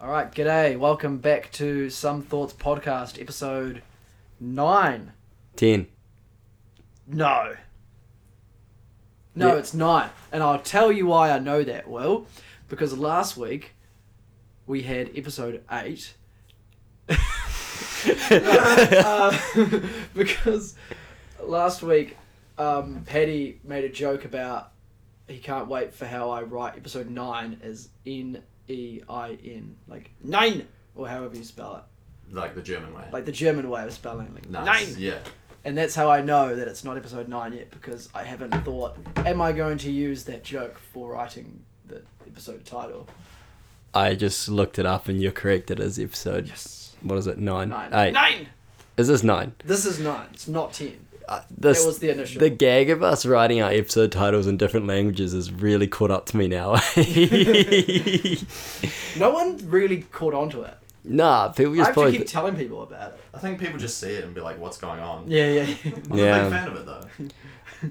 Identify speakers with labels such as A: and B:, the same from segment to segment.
A: All right, g'day. Welcome back to Some Thoughts Podcast, episode nine.
B: Ten.
A: No. No,
B: Yeah.
A: it's nine. And I'll tell you why I know that, Will. Because last week we had episode eight. Uh, because last week um, Paddy made a joke about he can't wait for how I write episode nine as N E I N. Like nine! Or however you spell it.
C: Like the German way.
A: Like the German way of spelling. Like
C: nice.
A: nine!
C: Yeah.
A: And that's how I know that it's not episode 9 yet because I haven't thought, am I going to use that joke for writing the episode title?
B: I just looked it up and you're correct. It is episode.
A: Yes.
B: What is it? Nine.
A: Nine.
B: Eight.
A: Nine!
B: Is this nine?
A: This is 9. It's not 10.
B: Uh, this,
A: That was the initial.
B: The gag of us writing our episode titles in different languages has really caught up to me now.
A: No one really caught on to it.
B: nah, people
A: I
B: just
A: have to
B: probably.
A: keep telling people about it.
C: I think people just see it and be like, "What's going on?"
A: Yeah, yeah.
C: I'm
B: Yeah.
C: a big fan of it though.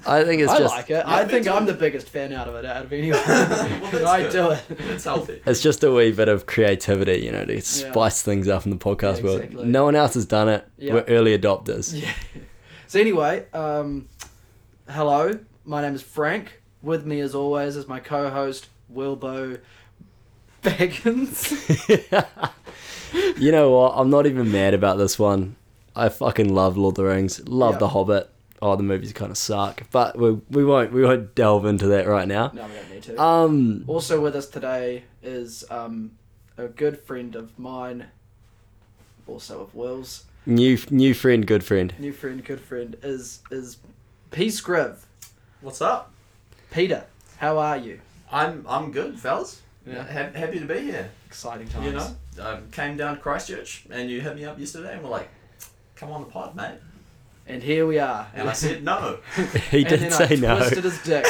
B: I think it's
A: I
B: just.
A: like it. I
C: me
A: think
C: too.
A: I'm the biggest fan out of it, out of anyone.
C: Well, that's
A: I
C: good.
A: do it.
C: It's healthy.
B: It's just a wee bit of creativity, you know, to spice things up in the podcast
A: Yeah, exactly.
B: world. No one else has done it.
A: Yeah.
B: We're early adopters.
A: Yeah. So anyway, um, hello. My name is Frank. With me, as always, is my co-host Wilbo Baggins.
B: you know what? I'm not even mad about this one. I fucking love Lord of the Rings. Love
A: Yeah.
B: The Hobbit. Oh, the movies kind of suck, but we, we won't we won't delve into that right now.
A: no, we don't need to.
B: Um,
A: Uh, also with us today is um, a good friend of mine, also of Will's
B: new new friend, good friend.
A: new friend, good friend is is P Scriv.
C: What's up?
A: Peter, how are you?
C: I'm I'm good, fellas.
A: Yeah.
C: Ha- happy to be here.
A: Exciting times.
C: You know, I came down to Christchurch and you hit me up yesterday and were like, "Come on the pod, mate."
A: And here we are.
C: And I said no.
B: He
A: And
B: did
A: then
B: say
A: I
B: no.
A: Twisted his dick.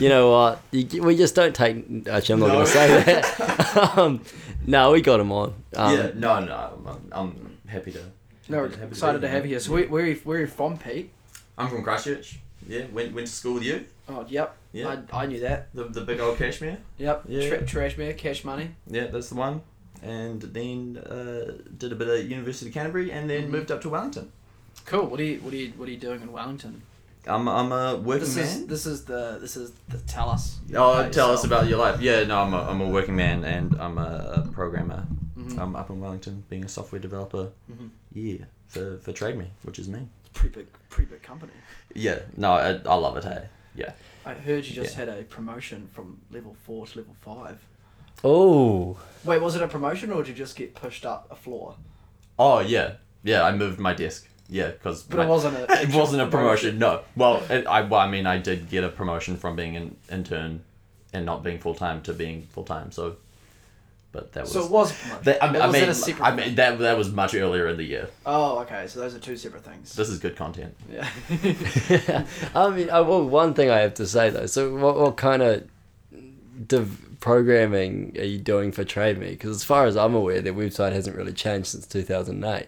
B: you know what? You, we just don't take. Actually, I'm not
C: No.
B: going to say that. um, no, we got him on. Um,
C: yeah, no, no. I'm- I'm, I'm happy to.
A: No,
C: happy
A: we're
C: be
A: excited to
C: here,
A: have
C: mate.
A: you here. So where, where, are you, where are you from, Pete?
C: I'm from Christchurch. Yeah, went went to school with you.
A: Oh, yep.
C: Yeah.
A: I, I knew that.
C: The the big old cashmere.
A: Yep.
C: Yeah.
A: Tra- trash man, cash money.
C: Yeah, that's the one. And then uh, did a bit of University of Canterbury, and then
A: Mhm.
C: moved up to Wellington.
A: Cool. What are you what are you what are you doing in Wellington?
C: I'm I'm a working
A: This
C: man.
A: is this is the this is the tell us.
C: oh,
A: about
C: tell
A: yourself.
C: us about your life. Yeah, no, I'm a, I'm a working man, and I'm a, a programmer.
A: Mhm.
C: I'm up in Wellington, being a software developer.
A: Mhm.
C: Yeah, for for Trade Me, which is me.
A: It's a pretty big pretty big company.
C: Yeah, no, I, I love it. Hey, yeah.
A: I heard you just had a promotion from level four to level five.
B: Oh,
A: Wait, was it a promotion or did you just get pushed up a floor?
C: Oh yeah, yeah. I moved my desk. Yeah, because
A: But it wasn't a
C: it wasn't a promotion. No. Well, it, I well, I mean, I did get a promotion from being an intern and not being full time to being full time. So, but that was.
A: So it was a promotion.
C: that, I,
A: Or
C: I
A: was it
C: mean,
A: a secret
C: I mean that that was much earlier in the year.
A: Oh, okay. So those are two separate things.
C: This is good content.
A: Yeah.
B: I mean, I, well, one thing I have to say though. So, what, what kind of div- programming are you doing for Trade Me? Because as far as I'm aware, their website hasn't really changed since 2008.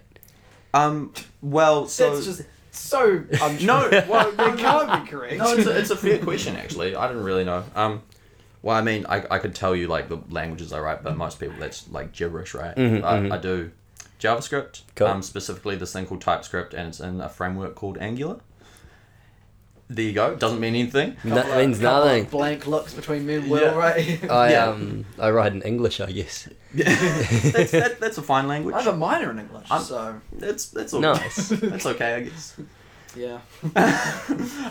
C: Um. Well,
A: That's just so untrue.
C: No, well,
A: It can't be correct.
C: no, it's a, it's a fair question actually. I don't really know. Um, well, I mean, I, I could tell you like the languages I write, but most people that's like gibberish, right? I, I do JavaScript,
B: Mm-hmm, Cool.
C: um, specifically this thing called TypeScript, and it's in a framework called Angular. There you go. Doesn't mean anything.
B: That means
A: Couple of
B: nothing.
A: Blank looks between me and Will,
C: Yeah. Oh,
A: right?
B: I
C: Yeah.
B: um I write in English, I guess.
C: that's, that, that's a fine language.
A: I have a minor in English,
C: I'm-
A: so
C: That's that's all.
B: Nice.
C: that's okay, I guess.
A: yeah.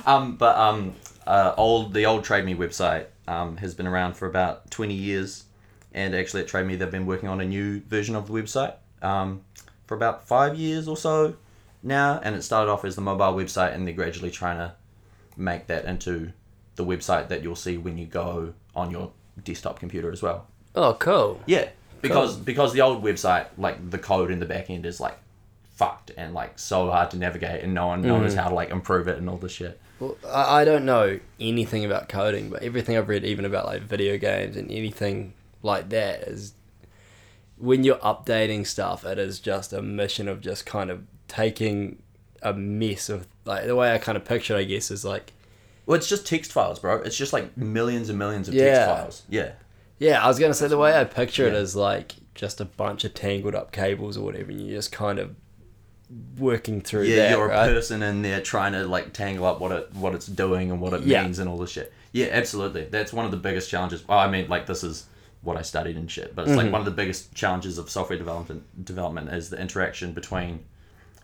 C: Um, but um, uh, old the old Trade Me website um, has been around for about twenty years, and actually at Trade Me they've been working on a new version of the website um, for about five years or so now, and it started off as the mobile website, and they're gradually trying to make that into the website that you'll see when you go on your desktop computer as well.
B: Oh, cool.
C: Yeah, because because the old website, like the code in the back end is like fucked and like so hard to navigate, and no one knows how to like improve it and all this shit.
B: Well, I, I don't know anything about coding, but everything I've read, even about like video games and anything like that, is when you're updating stuff, it is just a mission of just kind of taking a mess of like the way I kind of picture it, I guess, is like
C: Well, it's just text files, bro. It's just like millions and millions of
B: Yeah.
C: text files. Yeah.
B: Yeah, I was gonna say the way I picture it
C: Yeah.
B: is like just a bunch of tangled up cables or whatever, and you're just kind of working through
C: Yeah,
B: that,
C: you're
B: right?
C: a person in there trying to like tangle up what it what it's doing and what it
B: Yeah.
C: means and all this shit. Yeah, absolutely. That's one of the biggest challenges. Well, I mean, like this is what I studied and shit, but it's like one of the biggest challenges of software development development is the interaction between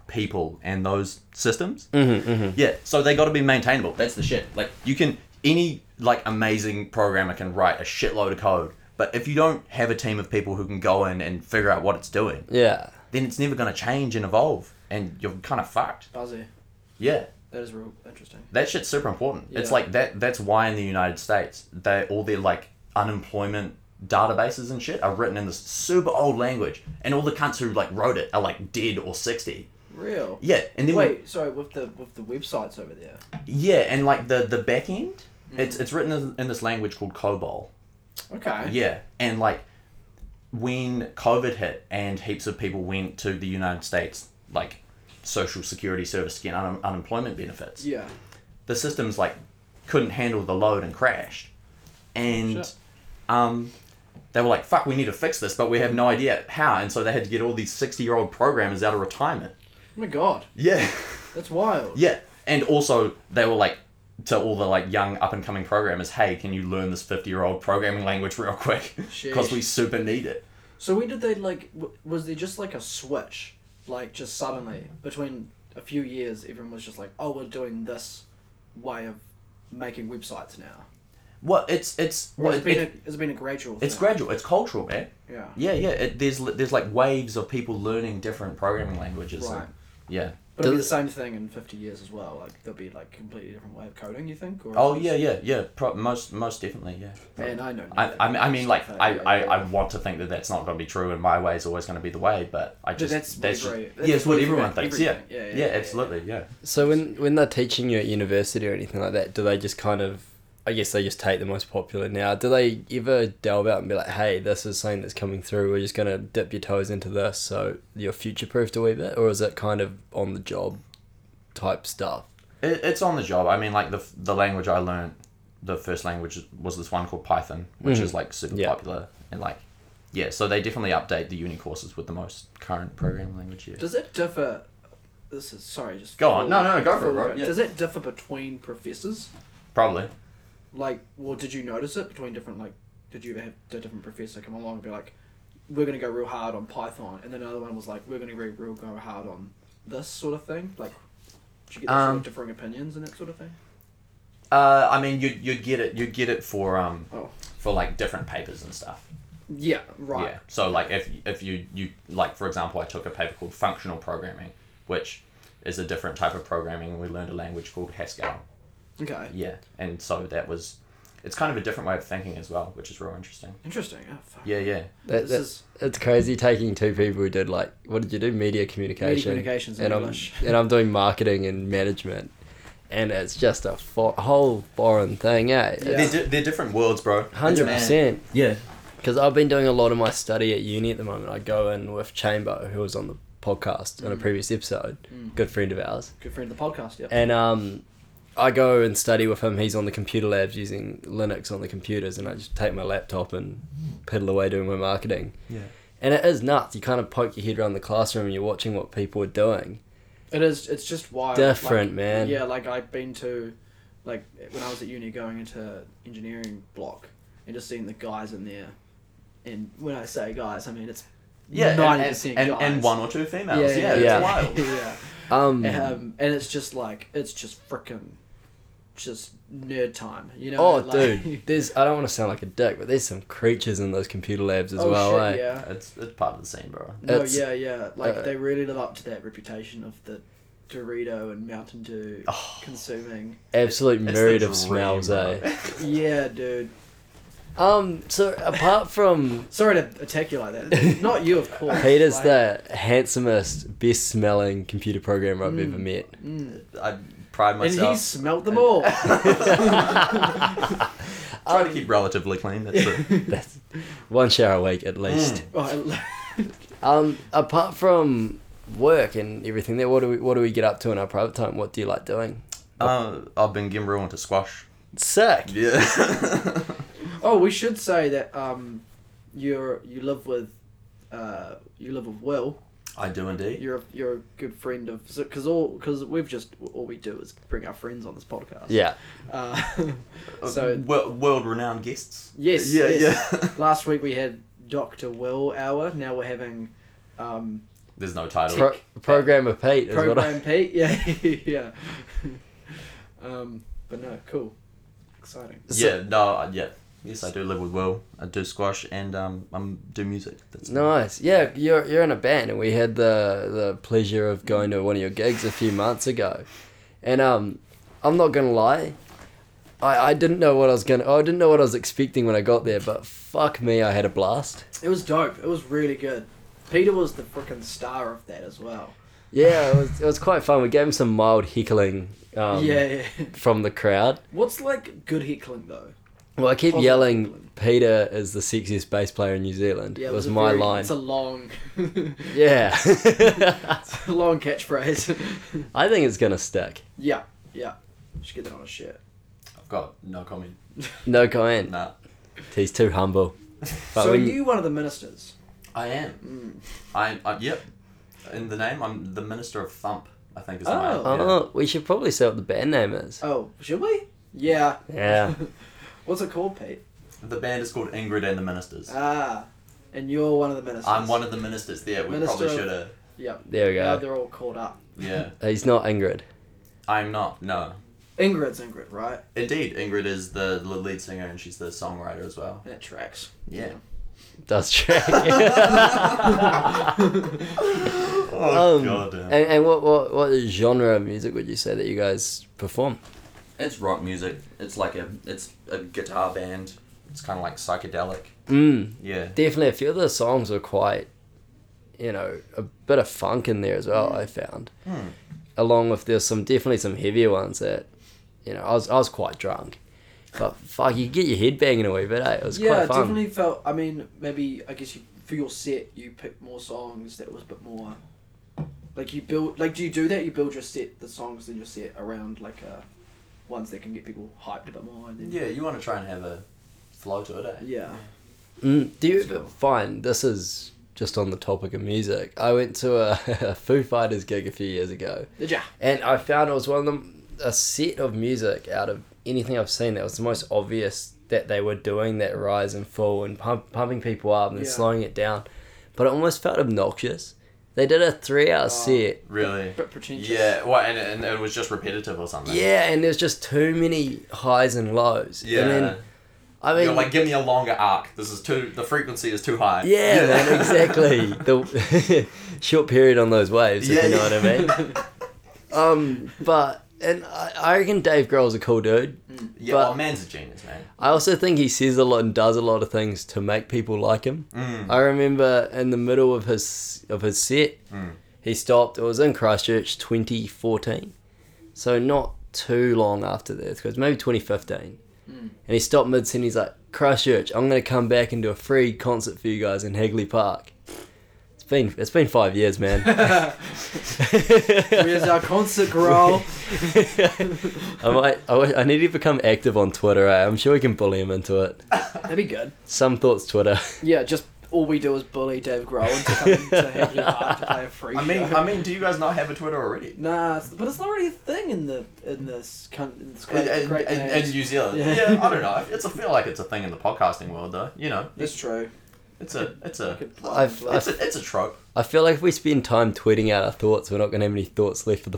C: people and those systems. Mm-hmm, Yeah, so they got to be maintainable. That's the shit. Like you can any like amazing programmer can write a shitload of code, but if you don't have a team of people who can go in and figure out what it's doing,
B: yeah,
C: then it's never going to change and evolve, and you're kind of fucked.
A: Buzzy.
C: Yeah,
A: That is real interesting.
C: that shit's super important. It's
A: Yeah.
C: like that. That's why in the United States, they all their like unemployment databases and shit are written in this super old language, and all the cunts who like wrote it are like dead or sixty.
A: Real.
C: Yeah, and then
A: Wait, sorry, with the with the websites over there.
C: we- yeah, and like the the back end,
A: Mm-hmm.
C: it's it's written in, in this language called COBOL.
A: Okay.
C: Yeah, and like when COVID hit and heaps of people went to the United States, like social security service to get un- unemployment benefits.
A: Yeah. Oh
C: the systems like couldn't handle the load and crashed. And
A: Shit.
C: um, they were like, "Fuck, we need to fix this," but we have no idea how. And so they had to get all these sixty-year-old programmers out of retirement.
A: Oh my god,
C: Yeah,
A: that's wild.
C: yeah. And also, they were like to all the like young up-and-coming programmers, "Hey, can you learn this fifty-year-old programming language real quick? Because
A: Sheesh.
C: we super need it."
A: So when did they like? W- was there just like a switch, like just suddenly between a few years, everyone was just like, "Oh, we're doing this way of making websites now."
C: Well, it's it's
A: Or
C: well,
A: has it
C: it,
A: been
C: it-
A: a, has it been a gradual?
C: it's
A: thing?
C: gradual. It's cultural, man.
A: Yeah.
C: Yeah, yeah. It, there's there's like waves of people learning different programming languages. and-
A: Right.
C: yeah.
A: But it'll be the
B: Does-
A: same thing in fifty years as well. Like there'll be like completely different way of coding. You think? Or
C: Oh yeah, yeah, yeah. Pro- most, most definitely, yeah.
A: Man, I know.
C: I, I, mean- I mean, like, I,
A: Yeah,
C: I,
A: yeah.
C: I want to think that that's not going to be true, and my way is always going to be the way. But I just
A: that's what
C: just-
A: every-
C: yeah,
A: that's
C: it's what
A: what
C: everyone
A: every-
C: thinks.
A: everything. Yeah,
C: Yeah. Yeah,
A: yeah, yeah, yeah.
C: absolutely. Yeah.
B: So when when they're teaching you at university or anything like that, do they just kind of I guess they just take the most popular now. Do they ever delve out and be like, "Hey, this is something that's coming through. We're just gonna dip your toes into this, so you're future proofed a wee bit," or is it kind of on the job type stuff?
C: It, it's on the job. I mean, like the f- the language I learned, the first language was this one called Python, which is like super
B: Yeah.
C: popular and like, yeah. So they definitely update the uni courses with the most current programming language. Yeah.
A: Does it differ? This is sorry. Just
C: Go on.
A: full-
C: No, no, no, go for it,
A: full-
C: bro. Yeah.
A: Does it differ between professors?
C: Probably.
A: like well did you notice it between different like did you ever have a different professor come along and be like we're going to go real hard on python and then another one was like we're going to go real go hard on this sort of thing like did you get that sort
C: Um,
A: of differing opinions and that sort of thing
C: Uh, I mean, you'd you'd get it you'd get it for um
A: oh
C: for like different papers and stuff.
A: yeah right
C: Yeah. So like if if you you like for example, I took a paper called functional programming, which is a different type of programming, and we learned a language called Haskell.
A: okay
C: Yeah. And so that was, it's kind of a different way of thinking as well, which is real interesting.
A: interesting oh fuck
C: Yeah, yeah.
B: That,
A: This
B: that-
A: is-
B: it's crazy taking two people who did like what did you do media communication
A: communications and
B: and I'm
A: English.
B: and I'm doing marketing and management, and it's just a fo- whole foreign thing, eh?
A: Yeah.
B: It's
C: They're, di- they're different worlds, bro.
B: Hundred percent.
C: Yeah.
B: Because I've been doing a lot of my study at uni at the moment. I go in with Chamber, who was on the podcast in a previous episode, good friend of ours,
A: good friend of the podcast yeah
B: and um, I go and study with him. He's on the computer labs using Linux on the computers, and I just take my laptop and piddle away doing my marketing.
C: Yeah.
B: And it is nuts. You kind of poke your head around the classroom and you're watching what people are doing.
A: It is. It's just wild.
B: Different,
A: like,
B: man.
A: Yeah, like I've been to, like when I was at uni, going into engineering block and just seeing the guys in there, and when I say guys, I mean it's
C: Yeah.
A: ninety
C: and-
A: percent
C: And,
A: guys
C: and, and one or two females. Yeah.
A: yeah,
C: it's
B: yeah.
C: wild.
A: yeah.
B: Um,
A: Um, and it's just like it's just freaking, just nerd time. You know.
B: oh,
A: like,
B: dude, there's. I don't want to sound like a dick, but there's some creatures in those computer labs as
A: oh
B: well. eh?
A: shit! Yeah.
C: It's, it's part of the scene, bro.
A: No,
B: It's-
A: yeah, yeah. Like
B: uh,
A: they really live up to that reputation of the Dorito and Mountain Dew
C: Oh.
A: consuming.
B: Absolute
C: It's the
B: myriad
C: dream,
B: of smells,
C: bro.
B: eh?
A: Yeah, dude.
B: Um, so apart from
A: Sorry to attack you like that. Not you, of course.
B: Peter's
A: like,
B: the handsomest, best smelling computer programmer I've ever met.
A: Mm.
C: I pride
A: And
C: myself.
A: he smelt them all.
C: Try to keep relatively clean. That's it.
B: Um, That's one shower a week at least.
A: Right,
B: Um, apart from work and everything there, what do we what do we get up to in our private time? What do you
C: Hmm.
B: like doing?
C: Uh, I've been getting real into squash.
B: Sick.
C: Yeah.
A: Oh, we should say that um, you're you live with, uh, you live with Will.
C: I do indeed.
A: You're a, you're a good friend of because all because we've just all we do is bring our friends on this podcast.
B: Yeah.
A: Uh, so
C: world renowned guests.
A: yes,
C: Yeah,
A: yes.
C: yeah.
A: Last week we had Doctor Will hour. Now we're having. Um,
C: There's no title.
B: Pro- programmer Pete is what I.
A: program Pete. Yeah, yeah. um, but no, cool, exciting.
C: yeah, no, I- yeah. Yes, I do live with Will. I do squash and um, I'm do music. That's
B: Nice. Yeah, you're you're in a band, and we had the the pleasure of going to one of your gigs a few months ago, and um, I'm not gonna lie, I I didn't know what I was gonna. Oh, I didn't know what I was expecting when I got there, but fuck me, I had a blast.
A: It was dope. It was really good. Peter was the freaking star of that as well.
B: Yeah, it was it was quite fun. We gave him some mild heckling. Um,
A: yeah, yeah.
B: From the crowd.
A: What's like good heckling though?
B: Well, I keep
A: Positive
B: yelling,
A: heckling.
B: "Peter is the sexiest bass player in New Zealand."
A: Yeah, it
B: was,
A: a
B: my
A: very-
B: line.
A: It's a long,
B: Yeah.
A: it's a long catchphrase.
B: I think it's gonna stick.
A: yeah, yeah. Should get that on a shirt.
C: I've got no comment.
B: No comment.
C: Nah.
B: He's too humble. But
A: so
B: when-
A: you one of the ministers? Mm.
C: I am. I, I yep. In the name, I'm the minister of thump. I think is
A: Oh.
C: my
B: Oh, we should probably say what the band name is.
A: Oh, should we? Yeah.
B: Yeah.
A: What's it called, Pete?
C: The band is called Ingrid and the Ministers.
A: Ah, and you're one of the ministers.
C: I'm one of the ministers. Yeah, we
A: Minister
C: probably
A: of-
C: should have.
A: Yeah.
B: There we
A: Now
B: go.
A: they're all caught up.
C: Yeah,
B: He's not Ingrid.
C: I'm not. No,
A: Ingrid's Ingrid, right?
C: indeed, Ingrid is the l- lead singer and she's the songwriter as well.
A: That tracks.
C: Yeah.
B: Does track.
C: Oh
B: Um,
C: god.
B: and and what, what what genre of music would you say that you guys perform?
C: It's rock music. It's like a it's a guitar band. It's kind of like psychedelic.
B: Mm,
C: Yeah.
B: definitely a few of the songs are quite, you know, a bit of funk in there as well. I found,
C: Mm.
B: along with there's some definitely some heavier ones that, you know, I was I was quite drunk, but fuck, you get your head banging away, but hey, it was
A: yeah,
B: quite fun.
A: definitely felt. I mean, maybe I guess you, for your set, you picked more songs that was a bit more. Like you build, like do you do that? You build your set, the songs in your set around like uh, ones that can get people hyped a bit more. And then,
C: Yeah, you want to try and have a flow to it, eh?
A: yeah.
B: Mm, do you
A: Let's go.
B: find this is just on the topic of music? I went to a, a Foo Fighters gig a few years ago,
A: Did ya?
B: and I found it was one of them a set of music out of anything I've seen that was the most obvious that they were doing that rise and fall and pump, pumping people up and then
A: Yeah.
B: slowing it down, but it almost felt obnoxious. They did a three-hour
C: Oh,
B: set.
C: Really.
A: Bit pretentious.
C: Yeah. Well, and, and it was just repetitive or something.
B: Yeah, and there's just too many highs and lows.
C: Yeah.
B: And then, I mean,
C: You're like, give me a longer arc. This is too. The frequency is too high.
B: Yeah, man, exactly. The short period on those waves, if
C: Yeah,
B: you know
C: yeah.
B: what I mean. Um, but and I, I reckon Dave Grohl's a cool dude.
C: yeah.
B: But-
C: well, man's a genius, man.
B: I also think he says a lot and does a lot of things to make people like him.
C: Mm.
B: I remember in the middle of his of his set,
C: Mm.
B: he stopped. It was in Christchurch, 2014, so not too long after the earthquakes, maybe 2015.
A: Mm.
B: And he stopped mid and he's like, "Christchurch, I'm gonna come back and do a free concert for you guys in Hagley Park." It's been it's been five years, man.
A: Where's our concert growl?
B: I might I, wish- I need to become active on Twitter. Eh? I'm sure we can bully him into it.
A: That'd be good.
B: Some thoughts, Twitter.
A: Yeah, just all we do is bully Dave Grohl into coming to Hagley Park to play a free
C: I mean,
A: show.
C: I mean, do you guys not have a Twitter already?
A: Nah, it's- but it's not really a thing in the in this con- in this great,
C: In, in,
A: great
C: in, in
A: names.
C: New Zealand,
A: Yeah.
C: yeah. I don't know. It's I feel like it's a thing in the podcasting world, though. You know,
A: That's true.
C: it's a it's a
A: Could-
B: I've-
C: it's a it's a trope.
B: I feel like if we spend time tweeting out our thoughts, we're not going to have any thoughts left for the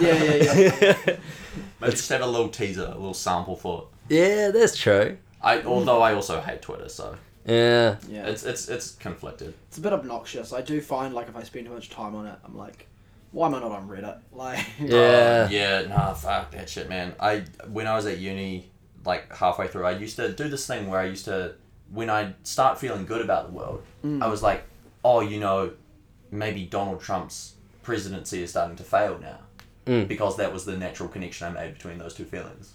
A: Yeah, yeah,
B: yeah.
C: Maybe just have a little teaser, a little sample for it.
B: yeah, that's true.
C: I although I also hate Twitter, so
B: Yeah.
A: Mm. yeah.
C: it's it's it's conflicted.
A: It's a bit obnoxious. I do find like if I spend too much time on it, I'm like, why am I not on Reddit? Like,
B: Yeah.
C: Uh, yeah, nah, fuck that shit, man. I when I was at uni, like halfway through, I used to do this thing where I used to when I start feeling good about the world,
A: Mm.
C: I was like, oh, you know, maybe Donald Trump's presidency is starting to fail now
B: Mm.
C: because that was the natural connection I made between those two feelings.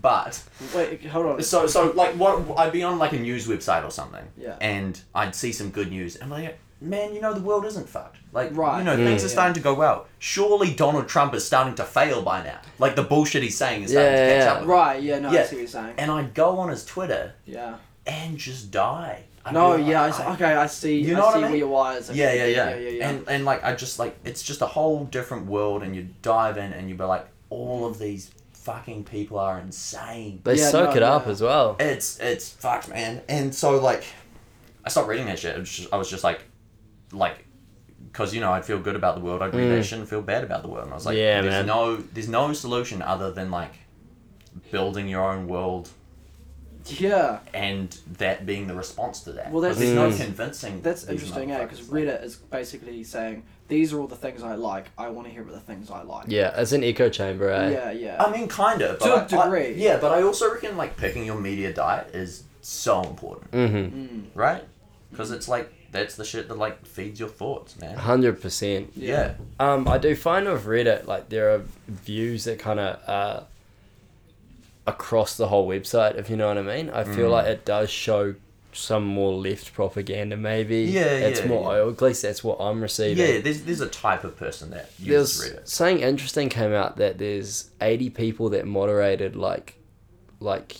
C: But
A: wait, hold on.
C: so so like what I'd be on like a news website or something,
A: Yeah.
C: and I'd see some good news, and I'm like, man, you know the world isn't fucked. Like,
A: Right.
C: you know, things
A: Mm.
B: Hmm.
C: are starting to go well. Surely Donald Trump is starting to fail by now. Like the bullshit he's saying is starting
B: Yeah,
C: to catch
B: yeah.
C: up. With him.
A: Right, yeah, no, I
C: Yeah.
A: see what you're saying.
C: And I'd go on his Twitter
A: Yeah.
C: and just die. I'd
A: No,
C: be like, "Oh,
A: yeah, I s
C: I-
A: okay, I see.
C: You
A: You
C: know
A: I
C: what I
A: see where
C: mean?
A: your wires. Are
C: yeah, yeah, yeah,
A: yeah, yeah, yeah.
C: And and like I just like it's just a whole different world, and you dive in and you be like, all of these fucking people are insane.
B: They
A: Yeah,
B: soak
A: no,
B: it up
A: yeah.
B: as well.
C: It's it's fucked, man. And so like, I stopped reading that shit. It was just, I was just like, like, because you know I'd feel good about the world. I'd read that shit and feel bad about the world. And I was like,
B: Mm. Yeah,
C: there's
B: man.
C: no there's no solution other than like building your own world
A: yeah,
C: and that being the response to that.
A: Well, that's-
C: there's no
B: Mm.
C: convincing.
A: that's
C: these
A: interesting, eh? Because
C: motherfuckers.
A: Reddit is basically saying these are all the things I like. I want to hear about the things I like.
B: Yeah, it's an echo chamber, eh?
A: yeah, yeah.
C: I mean, kind of.
A: To a
C: But I- I-
A: degree.
C: yeah, but I also reckon like picking your media diet is so important,
B: Mm-hmm.
A: Mm,
C: right? Because it's like that's the shit that like feeds your thoughts, man.
B: Hundred percent.
A: Yeah.
C: Yeah.
B: Um, I do find with Reddit, like there are views that kind of uh, across the whole website, if you know what I mean. I feel
C: Mm.
B: like it does show some more left propaganda, maybe.
C: Yeah,
B: It's
C: yeah,
B: more,
C: yeah.
B: or at least that's what I'm
C: Yeah.
B: receiving.
C: there's there's a type of person that uses
B: there's
C: Reddit.
B: something interesting came out that there's 80 people that moderated like like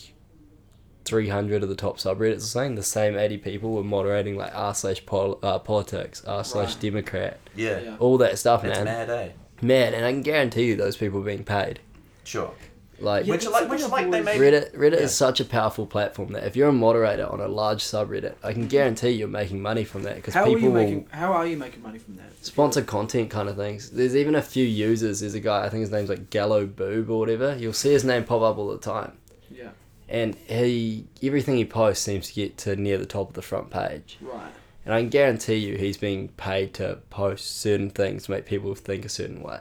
B: 300 of the top subreddits or something the same 80 people were moderating like r slash pol- uh, politics r slash
A: Right.
B: democrat
C: Yeah.
A: Yeah.
B: all that stuff
C: That's
B: man
C: mad, eh?
B: man and i can guarantee you those people are being paid
C: Sure.
B: like
A: Yeah,
C: which
A: that's
C: like
A: the
C: which
A: thing
C: like they
A: with
C: may
B: reddit reddit
C: yeah.
B: is such a powerful platform that if you're a moderator on a large subreddit i can guarantee you're making money from that because
A: How are
B: people
A: you
B: will
A: making? How are you making money from that?
B: sponsored content kind of things. There's even a few users. There's a guy, I think his name's like Gallo Boob or whatever. You'll see his name pop up all the time.
A: Yeah.
B: And he, everything he posts seems to get to near the top of the front page.
A: Right.
B: And I can guarantee you he's being paid to post certain things to make people think a certain way.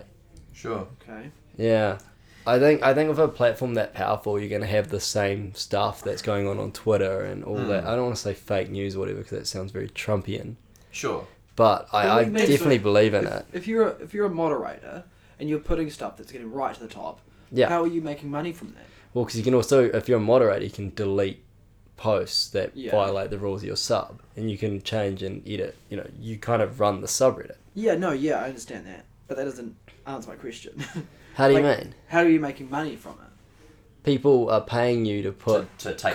C: Sure.
A: Okay.
B: Yeah. I think I think with a platform that powerful, you're going to have the same stuff that's going on on Twitter and all
C: Mm.
A: Hmm.
B: that. I don't want to say fake news or whatever because that sounds very Trumpian,
C: Sure.
B: but
A: Well,
B: I, I
A: it makes
B: definitely
A: sense.
B: believe in
A: if,
B: it.
A: if you're a, if you're a moderator and you're putting stuff that's getting right to the top,
B: Yeah.
A: how are you making money from that?
B: Well, because you can also, if you're a moderator, you can delete posts that
A: Yeah.
B: violate the rules of your sub, and you can change and edit. You know, you kind of run the subreddit.
A: Yeah. No. Yeah. I understand that, but that doesn't answer my question.
B: How do you
A: Like-
B: mean?
A: how are you making money from it?
B: People are paying you to put.
C: to, to take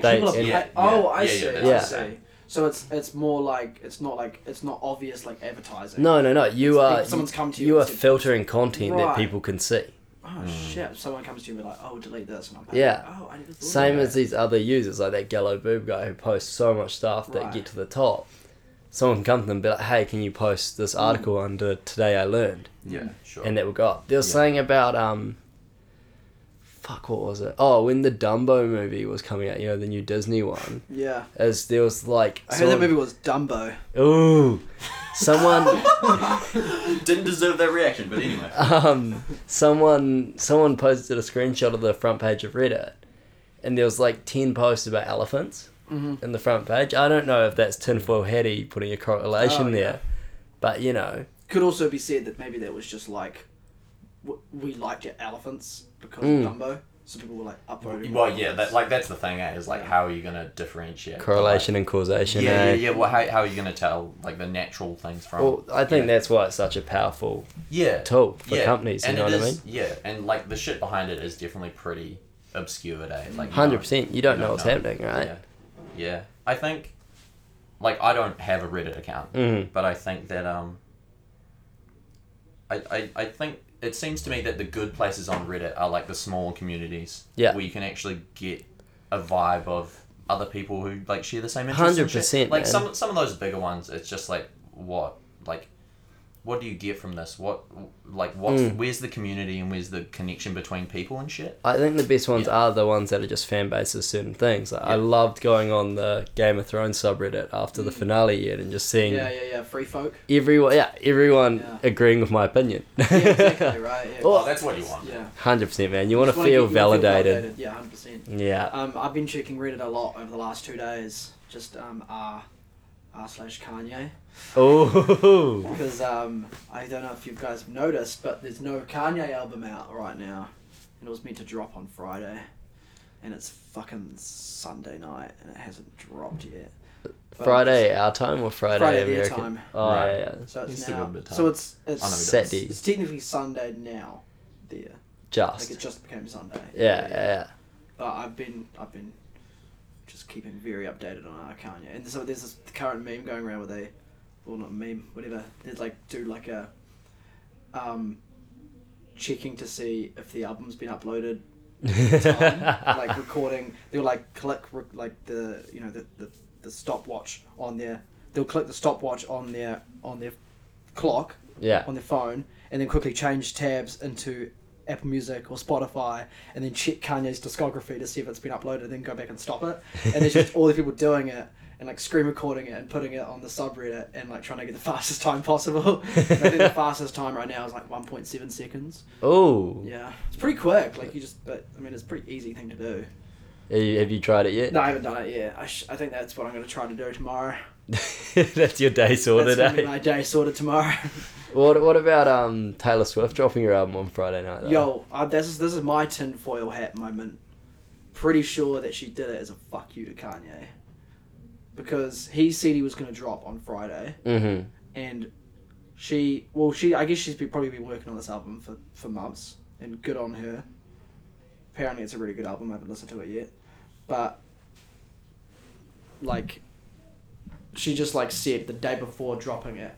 A: Oh,
B: that Yeah,
C: certain
B: they-
A: people are
B: and-
A: pay-
C: yeah,
A: oh,
C: yeah,
A: I
C: yeah,
A: see.
C: yeah,
A: I
B: that's
A: see.
C: what I'm
A: So it's it's more like it's not like it's not obvious like advertising.
B: No, no, no. You
A: It's-
B: are.
A: someone's come to you
B: You
A: and
B: are
A: said-
B: filtering content that
A: Right.
B: people can see.
A: Oh
C: Hmm.
A: shit! Someone comes to you and be like, "Oh, delete this," and I'm like,
B: Yeah.
A: Oh, I never thought
B: Same
A: of
B: as these other users, like that Gallo Boob guy who posts so much stuff that
A: Right.
B: get to the top. Someone can come to them and be like, hey, can you post this article under Today I Learned?
C: Yeah. Sure.
B: and that we got. There was
C: Yeah.
B: something about um, fuck, what was it? Oh, when the Dumbo movie was coming out, you know, the new Disney one.
A: that. Yeah.
B: As there was like,
A: I heard that
B: sort of-
A: movie was Dumbo.
B: Ooh, someone,
C: Didn't deserve that reaction, but anyway.
B: um, someone, someone posted a screenshot of the front page of Reddit, and there was like ten posts about elephants
A: Mhm.
B: in the front page. I don't know if that's tinfoil hattie putting a correlation
A: Oh, yeah.
B: there, but you know,
A: Could also be said that maybe that was just like w- we liked your elephants because
B: Mm.
A: of Dumbo, so people were like upvoting.
C: Well, yeah, that, like that's the thing, eh? Is like, how are you gonna differentiate
B: correlation and causation.
C: Like, yeah, yeah,
B: eh?
C: yeah. Well, how, how are you gonna tell like the natural things from?
B: Well, I think
C: yeah.
B: that's why it's such a powerful
C: yeah,
B: tool for
C: yeah.
B: companies. You
C: and
B: know
C: it
B: what I
C: is-
B: mean?
C: Yeah, and like the shit behind it is definitely pretty obscure, eh? Like you
B: Hundred
C: know,
B: percent. You don't
C: you
B: know
C: don't
B: what's
C: know.
B: happening, right?
C: Yeah, yeah. I think, like, I don't have a Reddit account,
B: Mhm.
C: but I think that um. I, I, I think it seems to me that the good places on Reddit are like the small communities
B: Yeah.
C: where you can actually get a vibe of other people who like share the same interests. and shit.
B: 100%,
C: Like
B: man.
C: some some of those bigger ones, it's just like what like what do you get from this? What like what's
B: Mm.
C: where's the community and where's the connection between people and shit?
B: I think the best ones
C: Yeah.
B: are the ones that are just fan bases of certain things. Like, I
C: Yeah.
B: loved going on the Game of Thrones subreddit after the finale yet and just seeing
A: Mm. Yeah, yeah, yeah. Free folk.
B: everyone, yeah, everyone
A: Yeah.
B: agreeing with my opinion.
A: Yeah, exactly right. Yeah.
B: Oh,
C: that's what you want.
A: yeah.
B: Hundred percent, man. You want to
A: Just wanna get- you
B: feel
A: wanna
B: validated.
A: Yeah, hundred percent.
B: Yeah.
A: Um, I've been checking Reddit a lot over the last two days. Just um, r r slash Kanye
B: Oh.
A: because um, I don't know if you guys have noticed, but there's no Kanye album out right now, and it was meant to drop on Friday, and it's fucking Sunday night, and it hasn't dropped yet. but
B: Friday our time or Friday,
A: Friday their
B: American?
A: time.
B: Oh
C: Right.
B: yeah,
A: just- So
C: It's
A: it's
C: a
A: now.
C: little bit
A: So
C: time.
A: it's it's,
C: I know we don't.
B: Saturday.
A: it's technically Sunday now. There, like
B: just
A: it just became Sunday.
B: yeah, yeah, yeah.
A: But I've been I've been just keeping very updated on our Kanye. And so there's this current meme going around where they well not meme, whatever. They like do like a um checking to see if the album's been uploaded time, like recording they'll like click re- like the you know the, the, the stopwatch on their they'll click the stopwatch on their on their clock
B: yeah.
A: on their phone and then quickly change tabs into Apple Music or Spotify and then check Kanye's discography to see if it's been uploaded and then go back and stop it. And there's just all the people doing it and like screen recording it and putting it on the subreddit and like trying to get the fastest time possible. And I think the fastest time right now is like 1.7 seconds.
B: Oh,
A: Yeah. It's pretty quick. Like you just, but I mean, it's a pretty easy thing to do.
B: have you, have you tried it yet?
A: No, I haven't done it yet. I, sh- I think that's what I'm going to try to do tomorrow.
B: That's your day
A: That's
B: sorted,
A: going to be
B: eh?
A: my day sorted tomorrow.
B: What What about um Taylor Swift dropping her album on Friday night? Though?
A: Yo, uh, this is this is my tinfoil hat moment. Pretty sure that she did it as a fuck you to Kanye, because he said he was gonna drop on Friday,
B: Mhm.
A: and she, well, she, I guess she's been, probably been working on this album for for months, and good on her. Apparently, it's a really good album. I haven't listened to it yet, but like, she just like said the day before dropping it,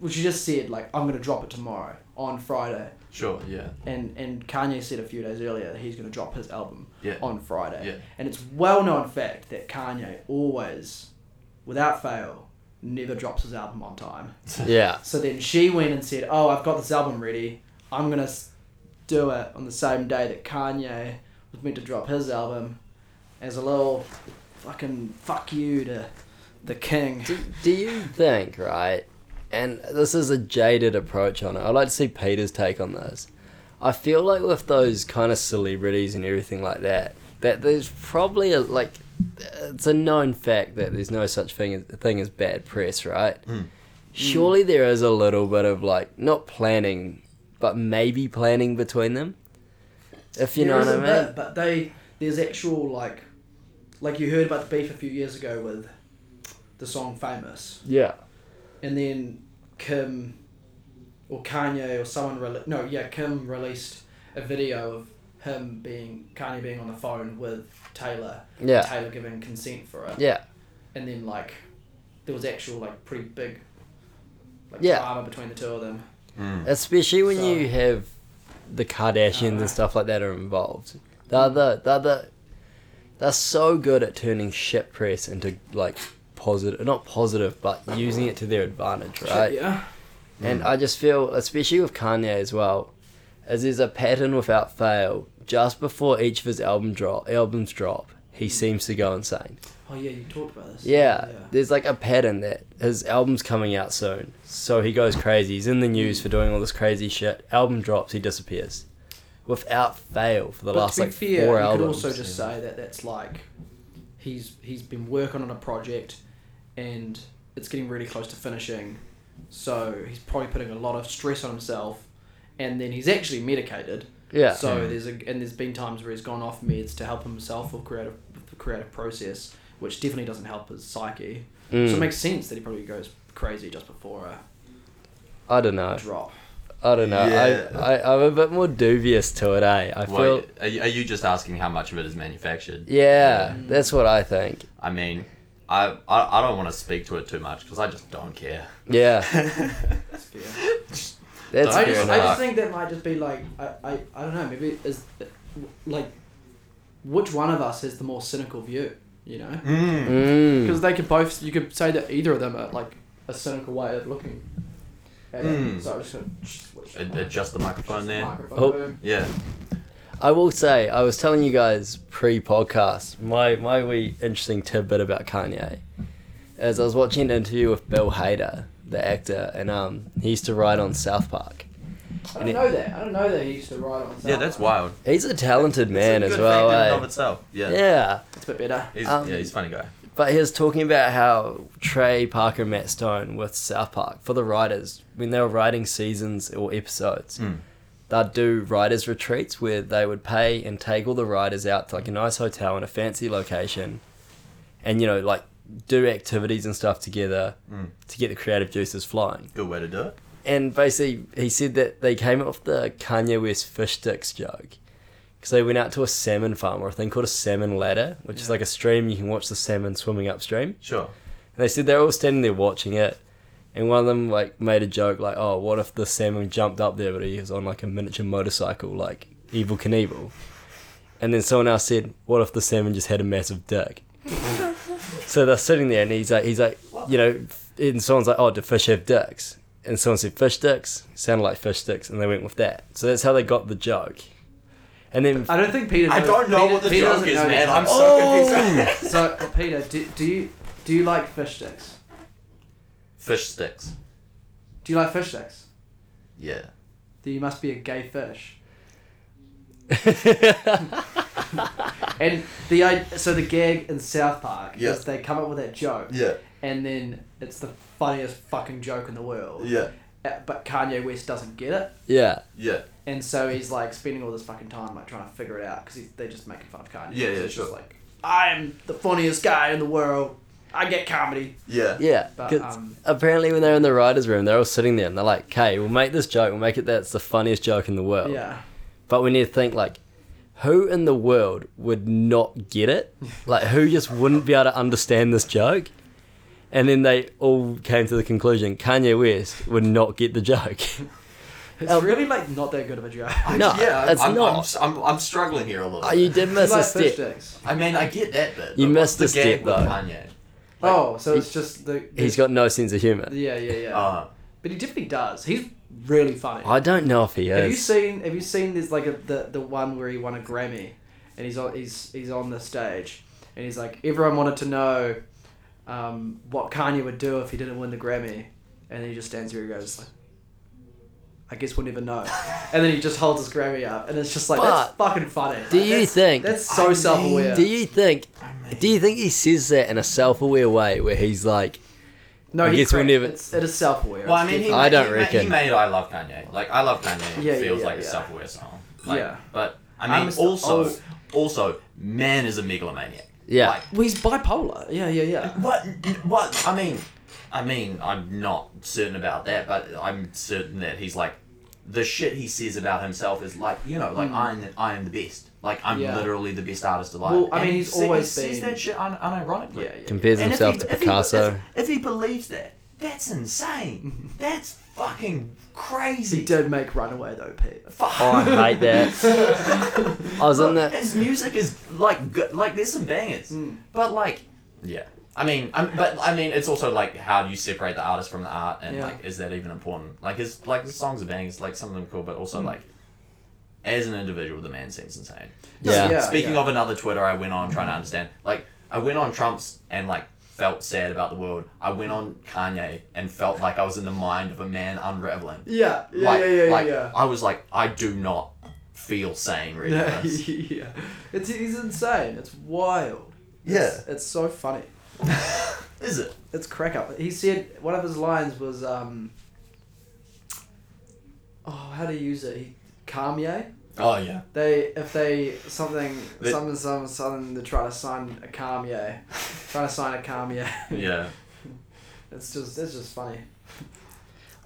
A: well, she just said like I'm gonna drop it tomorrow on Friday
C: Sure. Yeah.
A: and and Kanye said a few days earlier that he's going to drop his album
C: Yeah.
A: on Friday.
C: Yeah.
A: And it's well known fact that Kanye always, without fail, never drops his album on time.
B: Yeah.
A: So then she went and said, "Oh, I've got this album ready. I'm gonna s- do it on the same day that Kanye was meant to drop his album, as a little fucking fuck you to the king."
B: Do, do you think right? And this is a jaded approach on it. I'd like to see Peter's take on this. I feel like with those kind of celebrities and everything like that, that there's probably a like, it's a known fact that there's no such thing as thing as bad press, right? Surely there is a little bit of like not planning, but maybe planning between them. If you
A: There
B: know
A: is
B: what
A: a
B: I mean.
A: bit, but they there's actual like like you heard about the beef a few years ago with the song Famous,
B: Yeah.
A: and then Kim or Kanye or someone rele- no yeah Kim released a video of him being Kanye being on the phone with Taylor, and
B: Yeah.
A: Taylor giving consent for it,
B: Yeah.
A: and then like there was actual like pretty big like
B: Yeah.
A: drama between the two of them.
C: Mm.
B: especially when
A: So-
B: you have the Kardashians and stuff like that are involved. They're the they're the they're so good at turning shit press into like positive, not positive, but using it to their advantage, right?
A: Yeah. Mm.
B: And I just feel, especially with Kanye as well, as there's a pattern without fail. Just before each of his album drop, albums drop, he seems to go insane.
A: Oh yeah, you talked about this.
B: Yeah, there's like a pattern that his album's coming out soon, so he goes crazy. He's in the news for doing all this crazy shit. Album drops, he disappears, without fail for the
A: But
B: last
A: to be
B: like
A: fair,
B: four
A: you
B: albums.
A: could also just say that that's like he's he's been working on a project and it's getting really close to finishing, so he's probably putting a lot of stress on himself, and then he's actually medicated.
B: yeah, Hmm.
A: So there's a and there's been times where he's gone off meds to help himself or creative the creative process, which definitely doesn't help his psyche. So
B: Mm.
A: it makes sense that he probably goes crazy just before a
B: I don't know.
A: drop.
B: I don't know.
C: Yeah.
B: I, I I'm a bit more dubious to it. Eh? I feel.
C: Well, are you, are you just asking how much of it is manufactured?
B: yeah, that's what I think.
C: I mean, I I, I don't want to speak to it too much because I just don't care.
B: Yeah,
C: Mm.
A: That's fair.
B: that's
A: I
C: Don't
B: fair
A: just, I
B: enough.
A: just think that might just be like I, I, I don't know maybe is like which one of us has the more cynical view you know
B: Hmm. Mm.
A: because they could both you could say that either of them are like a cynical way of looking at
C: Mm.
B: Hmm.
A: it so I'm just gonna switch
C: Ad- adjust the microphone
A: the
C: there.
A: microphone
B: Oh.
A: boom.
C: Yeah.
B: I will say, I was telling you guys pre-podcast my my wee interesting tidbit about Kanye, is I was watching an interview with Bill Hader, the actor, and um, he used to write on South Park.
A: I
B: And
A: don't
B: it-
A: know that I don't know that he used to ride on
C: Yeah, that's wild.
B: He's a talented man
C: it's a
B: as
C: good
B: well.
C: Fact in and of
B: eh?
C: itself. Yeah.
B: Yeah,
A: it's a bit better
C: He's,
B: Um,
C: yeah, he's a funny guy.
B: but he was talking about how Trey Parker and Matt Stone with South Park for the writers when they were writing seasons or episodes.
C: Mm.
B: They'd do writers' retreats where they would pay and take all the writers out to like a nice hotel in a fancy location, and you know like do activities and stuff together
C: Mm.
B: to get the creative juices flowing.
C: Good way to do it.
B: And basically, he said that they came off the Kanye West fish sticks joke. Because they went out to a salmon farm or a thing called a salmon ladder, which is
A: Yeah.
B: like a stream you can watch the salmon swimming upstream.
C: Sure.
B: And they said they were all standing there watching it. And one of them like made a joke like, "Oh, what if the salmon jumped up there, but he was on like a miniature motorcycle, like Evil Knievel?" And then someone else said, "What if the salmon just had a massive dick?" so they're sitting there, and he's like, he's like, you know, and someone's like, "Oh, do fish have dicks?" And someone said, "Fish dicks." Sounded like fish sticks, and they went with that. So that's how they got the joke. And then
A: I don't think Peter.
C: I
A: knows-
C: don't know
A: Peter-
C: what the
A: Peter
C: joke
A: doesn't
C: is,
A: know the
C: man.
A: joke.
C: I'm so
B: Oh!
C: confused.
A: So, uh, Peter, do, do you do you like fish sticks?
C: Fish sticks.
A: Do you like fish sticks?
C: Yeah.
A: Then you must be a gay fish. And the i- so the gag in South Park
C: Yeah.
A: is they come up with that joke,
C: Yeah.
A: and then it's the funniest fucking joke in the world.
C: Yeah.
A: Uh, But Kanye West doesn't get it,
B: yeah,
C: Yeah.
A: and so he's like spending all this fucking time like trying to figure it out because they're just making fun of Kanye.
C: Yeah, yeah,
A: It's just
C: sure.
A: like I am the funniest guy in the world. I get comedy.
C: Yeah.
B: Yeah,
A: But,
B: 'cause
A: um,
B: apparently when they're in the writers' room, they're all sitting there and they're like, "Okay, we'll make this joke. We'll make it that's the funniest joke in the world."
A: Yeah.
B: But we need to think like, who in the world would not get it? Like, who just wouldn't be able to understand this joke? And then they all came to the conclusion Kanye West would not get the joke.
A: It's
B: Um,
A: really like not that good of a joke.
B: No,
C: yeah,
B: it's
C: I'm, I'm,
B: not.
C: s- I'm, I'm struggling here a little.
B: Oh,
C: bit.
B: you did miss a
A: Like fish
B: step.
C: uh,
A: sticks.
C: I mean, I get that bit.
B: You
C: but
B: missed
C: what's
B: the
C: gag
B: step,
C: with
B: though.
C: Kanye.
A: oh, so it's just the, the
B: He's got no sense of humor.
A: yeah yeah yeah.
C: Uh,
A: but he definitely does. He's really funny.
B: I don't know if he
A: Have you
B: is.
A: seen? Have you seen this like a, the the one where he won a Grammy, and he's on he's he's on the stage, and he's like everyone wanted to know, um, what Kanye would do if he didn't win the Grammy, and he just stands here and goes like, I guess we'll never know, and then he just holds his Grammy up, and it's just like that's fucking funny.
B: Do you
A: That's-
B: think?
A: that's
C: I
A: so
C: mean,
A: self aware?
B: Do you think?
C: I mean,
B: Do you think he says that in a self-aware way, where he's like,
A: No,
B: I
A: he
B: guess we'll
A: correct.
B: never-
A: It's, it is self aware.
C: well, I mean, he,
B: I
C: made-
B: don't
C: he Made, he
B: reckon.
C: made "I Love Kanye." Like, "I Love Kanye"
A: Yeah, yeah,
C: feels
A: yeah,
C: like a
A: yeah.
C: self-aware song. Like,
A: Yeah.
C: But I
A: I'm
C: mean,
A: st-
C: also,
A: oh.
C: also, man is a megalomaniac.
B: yeah,
C: Like,
A: well, he's bipolar. Yeah, yeah, yeah.
C: What? What? I mean, I mean, I'm not certain about that, but I'm certain that he's like, the shit he says about himself is like, you know, like I am, the, I am the best. Like I'm
A: Mm. Yeah.
C: literally the best artist alive.
A: Well, I
C: And
A: mean,
C: he
A: he's
C: sa- he
A: always
C: says
A: been-
C: that shit un- unironically.
A: Yeah, yeah.
B: compares
C: And if
B: himself
C: he-
B: to
C: if he-
B: Picasso.
C: if, if he believes that, that's insane. that's fucking crazy.
A: He did make Runaway though, Pete.
C: Fuck.
B: Oh, I hate that. I was in
C: Look,
B: that.
C: His music is like good. Like there's some bangers, but like Hmm. yeah. I mean, i but I mean, it's also like how do you separate the artist from the art, and
A: Yeah.
C: like is that even important? Like his like his songs are bangers, like some of them cool, but also like as an individual, the man seems insane.
B: Yeah.
A: Yeah.
C: Speaking of another Twitter, I went on trying to understand. Like I went on Trump's and like felt sad about the world. I went on Kanye and felt like I was in the mind of a man unraveling.
A: Yeah, yeah,
C: like,
A: yeah, yeah,
C: like,
A: yeah.
C: I was like, I do not feel sane reading
A: Yeah,
C: this.
A: yeah. It's, it's insane. It's wild.
C: Yeah.
A: It's, it's so funny.
C: Is it?
A: It's crack up. He said one of his lines was, um, oh, how do you use it? He, Kanye.
C: Oh yeah.
A: They if they something
C: They-
A: something something something they try to sign a Kanye, trying to sign a Kanye.
C: Yeah.
A: It's just it's just funny.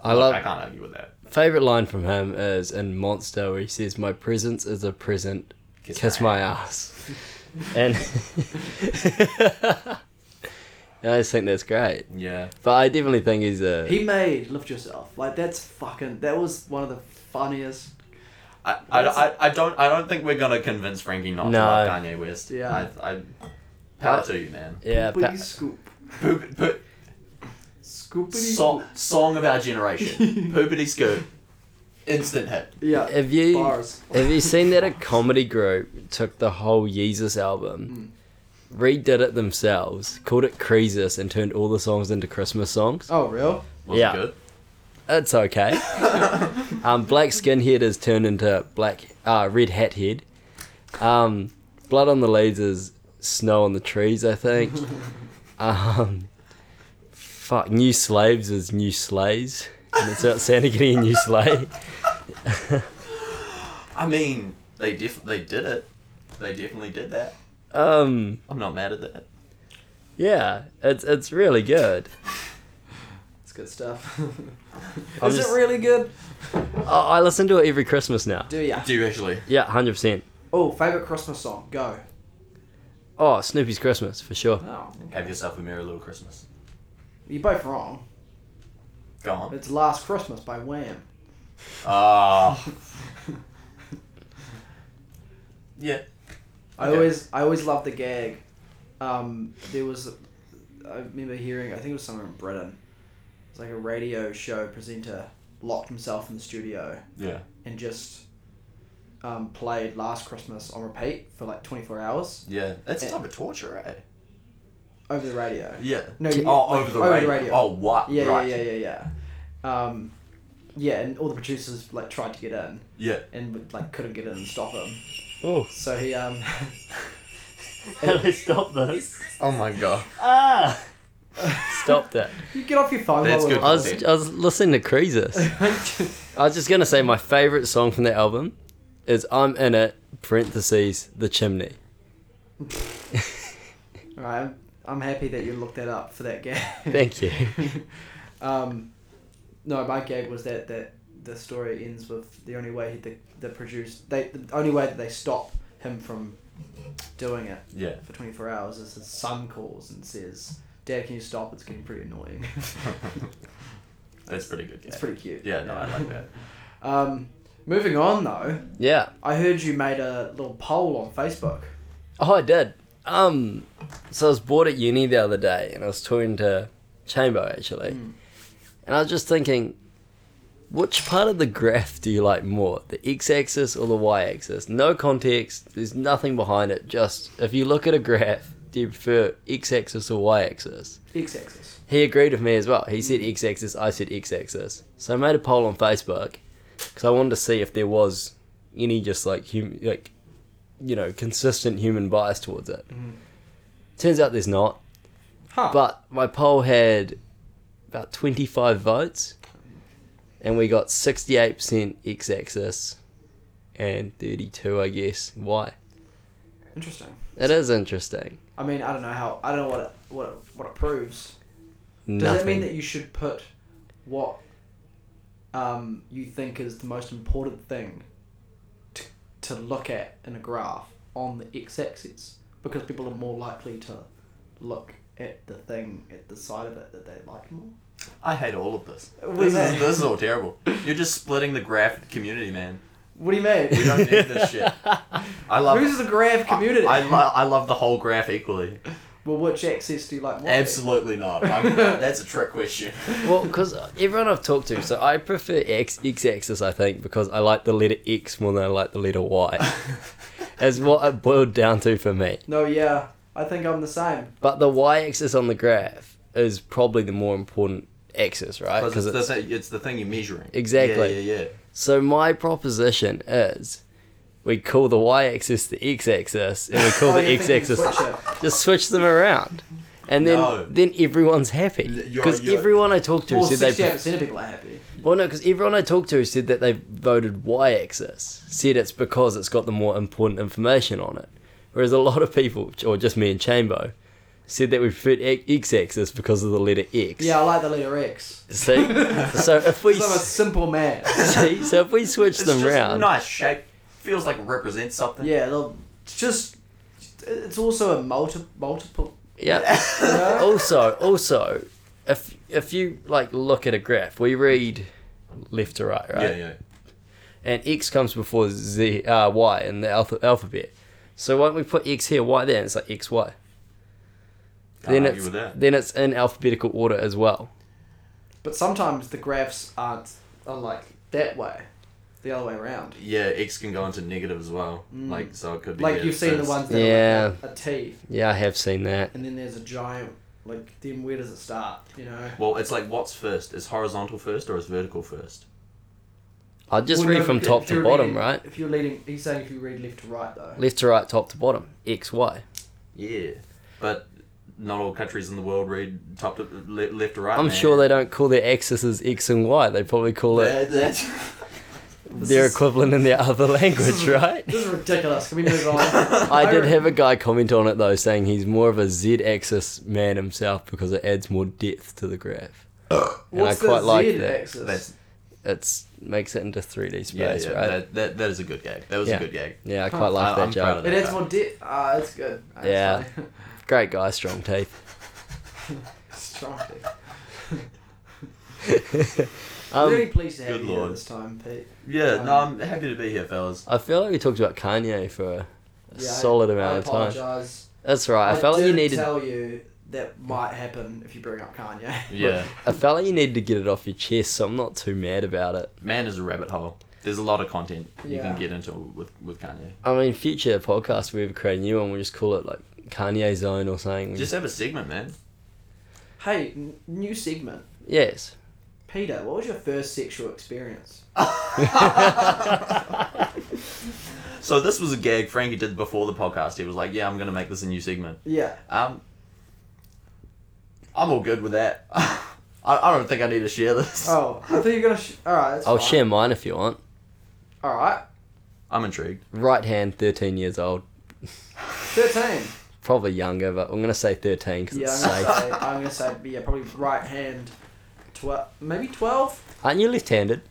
B: I
C: I
B: love
C: can't argue with that.
B: favorite line from him is in Monster where he says, "My presence is a present. Kiss, my, ass." and I just think that's great.
C: Yeah.
B: But I definitely think he's a.
A: He made Lift Yourself. Like that's fucking. That was one of the funniest.
C: I, I, I, I don't I don't think we're gonna convince Frankie not to
B: No.
C: love Kanye West.
A: Yeah.
C: I, I power to you, man.
B: yeah,
A: Booty
B: pa-
A: scoop.
C: Poop, poop,
A: Scoopity.
C: song song of our generation. Poopity scoop. Instant hit.
A: Yeah.
B: Have you-
A: Bars.
B: Have you seen that a comedy group took the whole Yeezus album,
A: Hmm.
B: redid it themselves, called it Creasus, and turned all the songs into Christmas songs?
A: Oh, real?
C: Was
B: Yeah.
C: it good?
B: It's okay. um, black skinhead is turned into black uh, red hat head. Um, blood on the leaves is snow on the trees, I think. um, fuck, new slaves is new slays, and it's about Santa getting a new sleigh.
C: I mean, they def- they did it. They definitely did that.
B: Um,
C: I'm not mad at that.
B: Yeah, it's it's really good.
A: It's good stuff.
B: I'm
A: Is
B: just-
A: it really good?
B: I, I listen to it every Christmas now.
A: Do ya?
C: Do you actually?
B: Yeah, hundred percent.
A: Oh, favorite Christmas song? Go.
B: Oh, Snoopy's Christmas for sure.
A: Oh,
C: Have yourself a merry little Christmas.
A: you're both wrong.
C: Go on.
A: It's Last Christmas by Wham.
C: Oh. yeah.
A: I
C: Okay.
A: always I always loved the gag. Um, there was, I remember hearing I think it was somewhere in Britain. It's like a radio show presenter locked himself in the studio
C: Yeah.
A: and just um, played Last Christmas on repeat for like twenty four hours
C: Yeah. That's
A: Yeah.
C: a type of torture, right?
A: over the radio.
C: Yeah.
A: No, you-
C: oh,
A: like,
C: over, the,
A: over
C: radio.
A: the radio.
C: Oh, what?
A: Yeah,
C: right.
A: yeah, yeah, yeah, yeah. Um, yeah, and all the producers like tried to get in
C: yeah.
A: and like couldn't get in and stop him.
B: Oh,
A: So he um,
B: how do I stop this?
C: Oh my god.
B: Ah, stopped it.
A: you get off your phone.
C: That's
A: while we're
C: good.
B: I was I was listening to Croesus. I was just gonna say my favorite song from that album is "I'm in It" parentheses The Chimney.
A: All right, I'm, I'm happy that you looked that up for that gag.
B: Thank you.
A: um, no, my gag was that that the story ends with the only way the the produce they the only way that they stop him from doing it
C: Yeah.
A: for twenty four hours is his son calls and says, "Dad, can you stop? It's getting pretty annoying."
C: That's pretty good.
A: it's
C: yeah.
A: pretty cute.
C: Yeah, no, I like that.
A: Um, moving on though,
B: Yeah.
A: I heard you made a little poll on Facebook.
B: Oh, I did. Um, so I was bored at uni the other day, and I was talking to Chamber actually, and I was just thinking, which part of the graph do you like more, the x-axis or the y-axis? No context. There's nothing behind it. Just if you look at a graph, do you prefer x-axis or y-axis?
A: X-axis.
B: He agreed with me as well. He said x-axis. I said x-axis. So I made a poll on Facebook because I wanted to see if there was any just like hum- like you know consistent human bias towards it. Turns out there's not.
A: Huh.
B: But my poll had about 25 votes, and we got 68% x-axis and 32, I guess. Why?
A: Interesting.
B: It is interesting.
A: I mean, I don't know how. I don't know what it, what it, what it proves. Does
B: Nothing.
A: that mean that you should put what um, you think is the most important thing to, to look at in a graph on the x-axis because people are more likely to look at the thing at the side of it that they like more?
C: I hate all of this.
A: What
C: This
A: do you
C: is,
A: mean?
C: this is all terrible. You're just splitting the graph community, man.
A: What do you mean?
C: We don't need this shit. I love.
A: Who's the graph community?
C: I, lo- I love the whole graph equally.
A: well, which axis do you like more?
C: Absolutely not. I'm, that's a trick question.
B: Well, because everyone I've talked to, so I prefer X X axis, I think, because I like the letter X more than I like the letter Y. is what it boiled down to for me.
A: No, yeah, I think I'm the same.
B: But the Y axis on the graph is probably the more important axis, right?
C: Because
B: Because
C: it's, the- it's the thing you're measuring.
B: Exactly.
C: Yeah, yeah, yeah.
B: so my proposition is, we call the Y axis the X axis, and we call
A: Oh,
B: the
A: you're
B: X
A: thinking
B: axis.
A: switch it.
B: Just switch them around, and then
C: No.
B: then everyone's happy
C: You're-
B: because
C: you're-
B: everyone I talk to
A: Well,
B: said they.
A: sixty-eight percent of people are happy.
B: Well, no, because everyone I talked to said that they voted Y axis, said it's because it's got the more important information on it. Whereas a lot of people, or just me and Chambo, said that we preferred X axis because of the letter X.
A: Yeah, I like the letter X.
B: See? so if we
A: 'Cause I'm a simple man.
B: see, so if we switch
C: It's
B: them
C: just
B: round,
C: nice shape. Feels like it represents something.
A: Yeah, they'll it's just. It's also a multi multiple.
B: yeah.
A: Yeah.
B: also, also, if if you like look at a graph, we read left to right, right?
C: Yeah, yeah.
B: and X comes before Z, uh, Y in the alpha, alphabet. So why don't we put X here, Y there, and it's like X, Y. Then
C: Can't argue
B: it's
C: with that.
B: then it's in alphabetical order as well.
A: But sometimes the graphs aren't are like that way, the other way around.
C: Yeah, X can go into negative as well. Like, so it could be.
A: Mm. Like
C: yeah,
A: you've
C: so
A: seen the
C: it's-
A: ones that are like a, a T,
B: Yeah, I have seen that.
A: and then there's a giant. Like then where does it start? You know.
C: Well, it's like what's first? Is horizontal first or is vertical first?
B: I just
A: Well,
B: read
A: no,
B: from
A: if
B: top to
A: you're
B: bottom,
A: reading-
B: right?
A: If you're leading, he's saying if you read left to right though.
B: Left to right, top to bottom, X, Y.
C: Yeah, but not all countries in the world read top to le- left to right.
B: I'm
C: man.
B: sure they don't call their axes X and Y. They probably call it
C: That- that's-
B: their equivalent in their other language, right?
A: This is ridiculous. Can we move on?
B: I did have a guy comment on it though, saying he's more of a z-axis man himself because it adds more depth to the graph. and I
A: What's
B: quite
A: the
B: like
A: Z
B: that.
A: axis?
C: That's
B: It's makes it into 3D space,
C: yeah, yeah
B: right?
C: that, that, that is a good gag. That was
B: Yeah.
C: a good gag.
B: yeah, I
A: Huh.
B: quite like
C: I-
B: that
C: I'm proud of
B: joke.
A: It adds more depth. Ah, it's good. Ah, it's
B: Yeah.
A: funny.
B: Great guy, strong teeth.
A: Strong depth.
B: Um,
A: Very pleased to have
C: good
A: you here
C: lord.
A: this time, Pete.
C: Yeah,
A: Um,
C: no, I'm happy to be here, fellas.
B: I feel like we talked about Kanye for a
A: Yeah, I-
B: solid amount
A: I
B: of time.
A: apologize.
B: That's all right. I, felt like you
A: did
B: needed.
A: tell you that might happen if you bring up Kanye.
C: Yeah,
B: I felt like you needed to get it off your chest, so I'm not too mad about it.
C: man is a rabbit hole. There's a lot of content you
A: Yeah.
C: can get into with with Kanye.
B: I mean, future podcast we ever create a new one, we'll just call it like Kanye Zone or something. We Just,
C: Just have a segment, man.
A: Hey, n- new segment.
B: yes.
A: Peter, what was your first sexual experience?
C: So this was a gag Frankie did before the podcast. He was like, "Yeah, I'm gonna make this a new segment."
A: Yeah.
C: Um, I'm all good with that. I, I don't think I need to share this.
A: Oh, I thought you were gonna. Sh- All right. That's
B: I'll
A: fine.
B: share mine if you want.
A: All right.
C: I'm intrigued.
B: Right hand, 13 years old.
A: Thirteen.
B: Probably younger, but I'm going to say 13 because
A: Yeah,
B: it's
A: I'm gonna
B: safe.
A: say. I'm gonna say. Yeah, probably right hand. Twelve. Maybe twelve.
B: Aren't you left handed?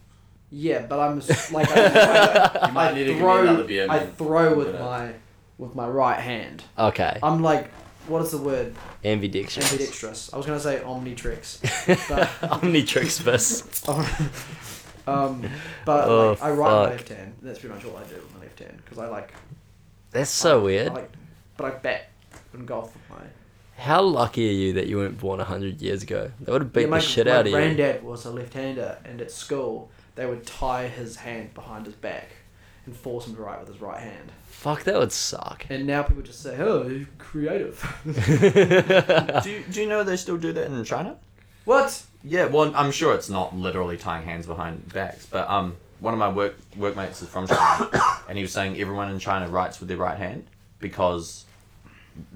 A: Yeah, but I'm s- like I,
C: You might need to give me another beer.
A: throw. I
C: man.
A: throw with
C: Yeah.
A: my with my right hand.
B: Okay.
A: I'm like, what is the word?
B: Ambidextrous.
A: Ambidextrous. I was gonna say omnitrix.
B: Omnitrix fist.
A: um, but
B: Oh,
A: like, I write my
B: fuck.
A: left hand. That's pretty much all I do with my left hand because I like.
B: That's so
A: I
B: weird.
A: like, but I bet and golf with my.
B: How lucky are you that you weren't born 100 years ago? That would have beat
A: Yeah, my,
B: the shit
A: my
B: out of you.
A: granddad was a left-hander, and at school they would tie his hand behind his back and force him to write with his right hand.
B: Fuck, that would suck.
A: And now people just say, "Oh, you're creative."
C: Do you, do you know they still do that in China?
A: what?
C: Yeah, well, I'm sure it's not literally tying hands behind backs, but um, one of my work workmates is from China, and he was saying everyone in China writes with their right hand because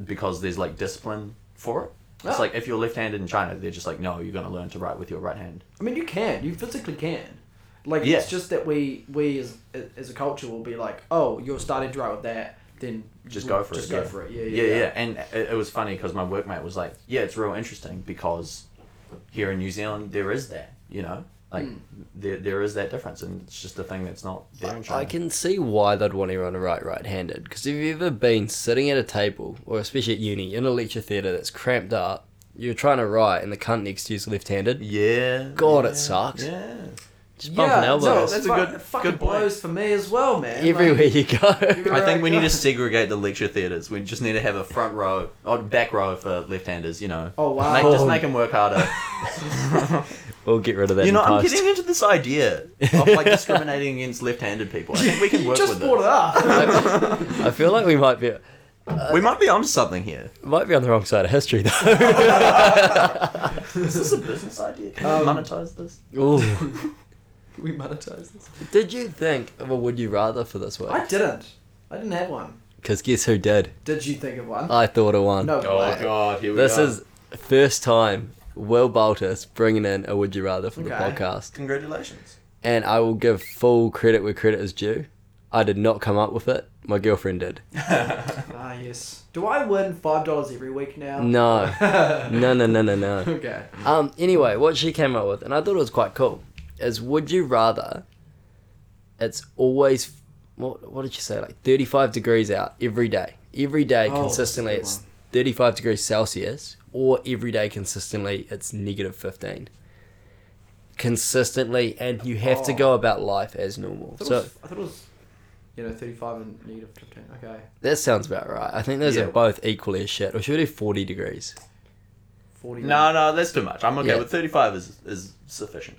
C: because there's like discipline for it. It's
A: Ah.
C: like if you're left-handed in China, they're just like, no, you're gonna learn to write with your right hand.
A: I mean, you can. You physically can. Like
C: Yeah.
A: it's just that we we as as a culture will be like, "Oh, you're starting to write with that." Then
C: Just go for
A: just
C: it.
A: go
C: yeah.
A: for it. Yeah, yeah,
C: yeah. And it, it was funny because my workmate was like, yeah, it's real interesting because here in New Zealand there is that, you know, like
A: Hmm.
C: there there is that difference, and it's just a thing that's not there in China.
B: I can see why they'd want everyone to write right handed. Because if you've ever been sitting at a table, or especially at uni, in a lecture theatre that's cramped up, you're trying to write and the cunt next to you's left handed.
C: Yeah.
B: God, it
C: yeah,
B: sucks.
C: Yeah.
B: Just bumping elbows.
A: that's
C: that's
A: a
C: a
A: good.
C: good-
A: It fucking
C: good point.
A: blows for me as well, man.
B: Everywhere
A: Like,
B: you go.
A: you're
C: I think we
A: right.
C: need to segregate the lecture theatres. We just need to have a front row or back row for left-handers. You know.
A: Oh, wow.
C: Make, just
B: Oh.
C: make them work harder.
B: we'll get rid of that
C: you know,
B: in
C: I'm
B: post.
C: getting into this idea of like discriminating against left-handed people. I think we can
A: You
C: work
A: just
C: with
A: brought it
C: it.
A: up.
B: I feel like we might be
C: We might be onto something here.
B: might be on the wrong side of history though.
C: Is this a business idea? Can
A: Um,
C: we monetize this?
B: Ooh.
A: we monetize this.
B: Did you think of a would you rather for this
A: I
B: week?
A: didn't. I didn't have one.
B: Because guess who did?
A: Did you think of one?
B: I thought of one.
A: no. way.
C: oh God, here
B: Oh, This is first time Will Baltus bringing in a would you rather for the
A: Okay.
B: podcast.
C: Congratulations.
B: and I will give full credit where credit is due. I did not come up with it. My girlfriend did.
A: Ah yes. Do I win five dollars every week now?
B: No, no, no, no, no, no.
A: Okay.
B: Um. Anyway, what she came up with, and I thought it was quite cool, is would you rather? It's always what? What did she say? Like thirty-five degrees out every day. Every day
A: Oh,
B: consistently,
A: that's a
B: it's thirty-five degrees Celsius, or every day consistently, it's negative fifteen. Consistently, and you have to
A: Oh.
B: go about life as normal.
A: I thought,
B: So
A: it was, I thought it was, you know, thirty-five and negative fifteen. Okay.
B: That sounds about right. I think those
C: Yeah.
B: are both equally as shit. Or should we do 40 degrees?
A: Forty.
C: No, no, that's too much. I'm okay
B: Yeah.
C: with 35 is, is sufficient.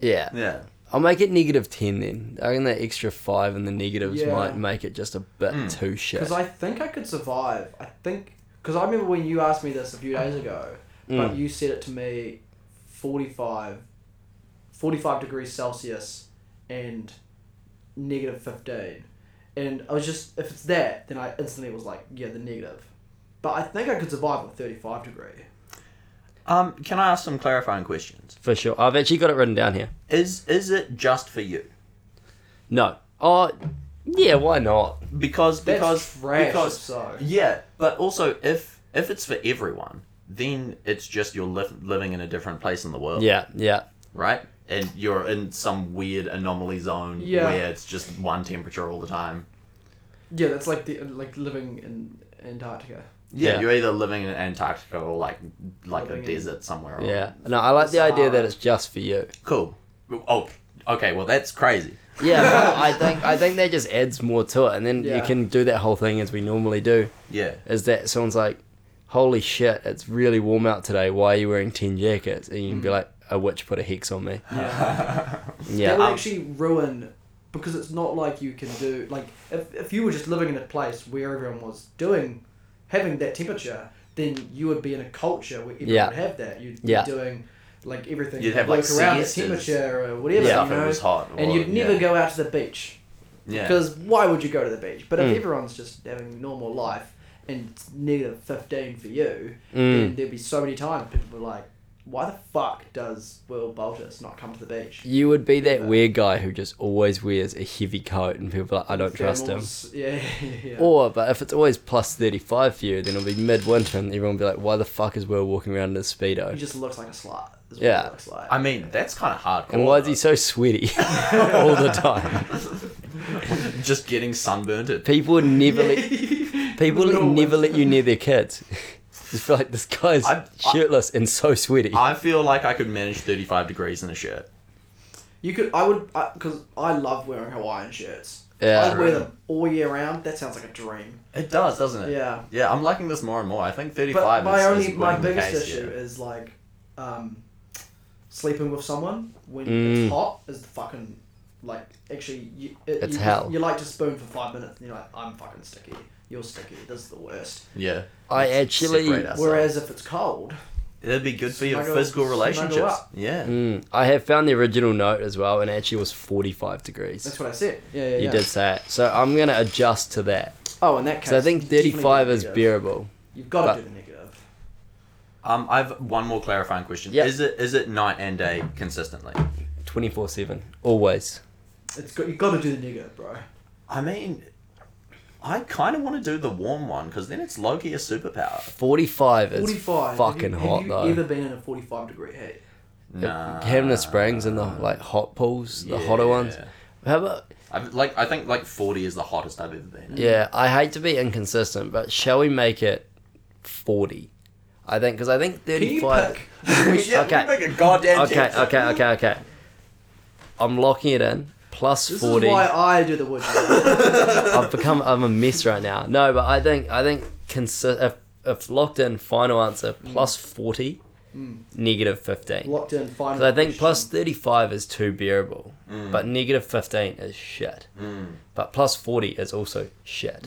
B: Yeah.
C: Yeah.
B: I'll make it negative 10 then. I think that extra 5 and the negatives
A: Yeah.
B: might make it just a bit
C: Mm.
B: too shit.
A: Because I think I could survive. I think because I remember when you asked me this a few days ago, but
B: Mm.
A: you said it to me, 45, 45 degrees Celsius, and negative fifteen, and I was just if it's that, then I instantly was like, yeah, the negative. But I think I could survive with thirty-five degree.
C: Um, can I ask some clarifying questions?
B: For sure. I've actually got it written down here.
C: Is is it just for you?
B: No. Oh, yeah. Why not?
C: because
A: That's
C: because
A: trash,
C: because
A: so.
C: yeah but also if if it's for everyone then it's just you're li- living in a different place in the
A: Oh.
C: world
B: Yeah. Yeah.
C: right and you're in some weird anomaly zone
A: Yeah.
C: where it's just one temperature all the time
A: Yeah, that's like the like living in Antarctica.
C: yeah,
B: Yeah.
C: you're either living in antarctica or like like
A: Living
C: a
A: in-
C: desert somewhere
A: Oh.
C: or-
B: Yeah. No, I like the
A: It's
B: idea that
A: hard.
B: it's just for you.
C: cool oh okay well that's crazy
B: Yeah. no, I think I think that just adds more to it, and then
A: Yeah.
B: you can do that whole thing as we normally do.
C: yeah
B: Is that someone's like, "Holy shit, it's really warm out today. Why are you wearing ten jackets?" And you
A: Mm.
B: can be like, "A witch put a hex on me."
A: That
B: Yeah.
A: would
C: Um,
A: actually ruin because it's not like you can do like if, if you were just living in a place where everyone was doing having that temperature, then you would be in a culture where everyone
B: Yeah.
A: would have that. You'd
B: Yeah.
A: be doing like everything
C: You'd have, like,
A: work around the
C: siestas.
A: temperature or whatever.
B: Yeah.
A: you
C: Stuff, it
A: know?
C: was hot
A: And
C: or-
A: you'd never
C: yeah.
A: go out to the beach
C: yeah
A: because why would you go to the beach? But
B: Mm.
A: if everyone's just having normal life and it's negative fifteen for you,
B: Mm.
A: then there'd be so many times people were like, "Why the fuck does Will Boltis not come to the beach?"
B: You would be that weird guy who just always wears a heavy coat, and people are like, "I don't trust him."
A: Thermals- Yeah, yeah, yeah.
B: Or, but if it's always plus 35 for you, then it'll be midwinter and everyone will be like, why the fuck is Will walking around in a
A: He
B: Speedo?
A: just looks like a slut. Is what
B: Yeah.
A: He looks like.
C: i mean that's kind of hardcore
B: And why is he
C: though.
B: so sweaty all the time?
C: just getting sunburnt at
B: People would never let,
A: Yeah.
B: people would
A: Little
B: never
A: ones.
B: let you near their kids. Just feel like this guy's
C: I- I-
B: shirtless and so sweaty.
C: I feel like I could manage 35 degrees in a shirt.
A: You could. I would. Because I, love wearing Hawaiian shirts.
B: Yeah.
A: I wear them all year round. That sounds like a dream.
C: It does, doesn't it?
A: Yeah.
C: Yeah, I'm liking this more and more. I think 35
A: But my
C: is,
A: only,
C: is
A: my
C: winning the
A: biggest
C: case
A: issue
C: here.
A: is like, um, sleeping with someone when
B: Mm.
A: it's hot is the fucking like. Actually, you, it,
B: It's
A: you,
B: hell.
A: You like to spoon for five minutes, and you're like, I'm fucking sticky. You're sticky. This is the worst.
C: Yeah.
B: I
C: Let's
B: actually-
C: separate ourselves.
A: Whereas if it's cold,
C: It'd be good for your
A: Snuggle-
C: physical
A: snuggle
C: relationships.
A: up.
C: Yeah.
B: Mm, I have found the original note as well, and it actually was 45 degrees.
A: that's what I said. Yeah, yeah.
B: you
A: yeah.
B: did say it. So I'm going to adjust to that.
A: Oh, in that case.
B: So I think
A: you definitely
B: 35
A: do the
B: is
A: negative.
B: bearable.
A: You've got
B: but-
A: to do the negative.
C: Um, I have one more clarifying question.
B: Yeah.
C: Is it is it night and day consistently?
B: 24 7. Always.
A: It's got you've got to do the negative, bro.
C: I mean, I kind of want to do the warm one because then it's low key a superpower.
B: 45 is
A: Forty-five. have
B: fucking
A: you,
B: hot,
A: have you
B: though.
A: Ever been in a forty-five degree heat?
C: Nah.
B: Having the springs and the like hot pools, the hotter ones.
C: Yeah.
B: How about
C: I've, like I think like 40 is the hottest I've ever been.
B: yeah? I hate to be inconsistent, but shall we make it forty? I think because I think
A: Can you
B: thirty-five.
A: pick?
C: yeah
B: Okay.
C: Make a goddamn
B: Okay,
C: test.
B: okay, okay, okay. I'm locking it in. Plus
A: This
B: forty.
A: is why I do the wood.
B: I've become I'm a mess right now. No, but I think I think consi- if, if locked in, final answer
A: Hmm.
B: plus forty, negative fifteen.
A: Locked in. Final.
B: 'Cause I
A: question.
B: think plus 35 is too bearable,
C: Mm.
B: but negative 15 is shit. But plus 40 is also shit.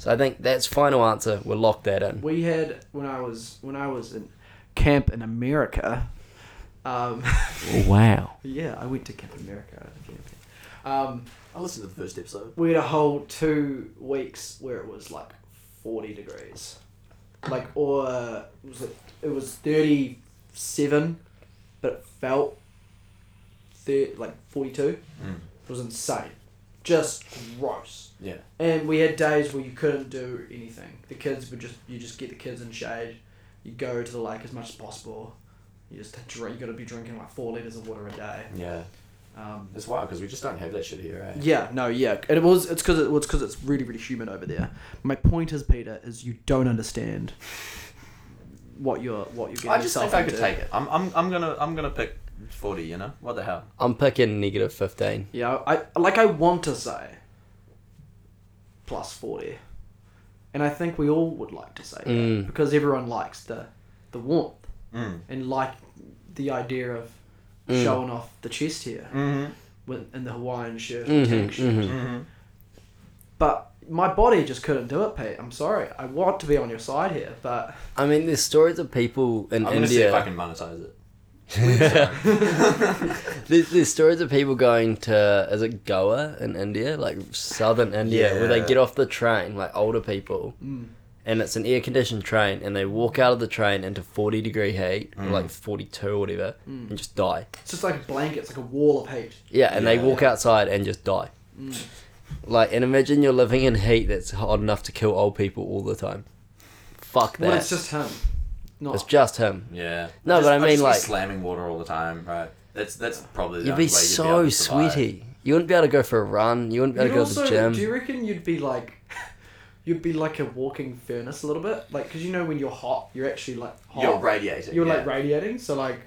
B: So I think that's final answer. We'll lock that in.
A: we had when I was when I was in camp in America. Um,
B: Wow.
A: yeah, I went to Camp America. Um,
C: I listened to the first episode.
A: we had a whole two weeks where it was like 40 degrees like or uh, was it, it was 37 but it felt thir- like 42 it was insane just gross
C: Yeah.
A: and we had days where you couldn't do anything the kids would just you just get the kids in shade you go to the lake as much as possible you just drink you gotta be drinking like four liters of water a day
C: Yeah.
A: um,
C: It's wild because we just don't have that shit here, eh?
A: yeah, no, yeah, and it was. It's because it, it's because it's really, really humid over there. My point is, Peter, is you don't understand what you're what you're getting
C: I just
A: yourself
C: think I could
A: into.
C: take it. I'm, I'm, I'm gonna I'm gonna pick forty. You know what the hell?
B: I'm picking negative 15.
A: Yeah, I like. I want to say plus forty, and I think we all would like to say
B: Mm.
A: that because everyone likes the the warmth
C: Mm.
A: and like the idea of
B: Mm.
A: showing off the chest here
C: Mm-hmm.
A: with, in the Hawaiian shirt, and
B: Mhm,
A: tank shirt.
B: mhm.
C: Mm-hmm.
A: But my body just couldn't do it, Pete. I'm sorry. I want to be on your side here, but
B: I mean, there's stories of people in
C: I'm gonna see if I
B: India.
C: can monetize it.
B: There's, there's stories of people going to, is it Goa in India? Like southern India, where they
C: Yeah.
B: get off the train, like older people, and it's an air conditioned train, and they walk out of the train into 40 degree heat, or like 42 or whatever, and just die.
A: It's just like a blanket. It's like a wall of heat.
B: Yeah, and they
C: Yeah.
B: walk outside and just die. Like, and imagine you're living in heat that's hot enough to kill old people all the time. Fuck that.
A: Well, it's just him. Not.
B: It's just him.
D: Yeah.
B: No,
D: Just-
B: but I
D: I'd
B: mean,
D: just be
B: like-
D: slamming water all the time, right? That's that's probably the
B: You'd
D: only
B: be
D: way you'd be
B: so
D: able to survive.
B: sweaty. You wouldn't be able to go for a run. You wouldn't be able
A: You'd
B: to go
A: also,
B: to the gym.
A: do you reckon you'd be like, you'd be like a walking furnace a little bit, like because you know when you're hot, you're actually like hot.
D: You're radiating.
A: You're
D: yeah.
A: like radiating, so like,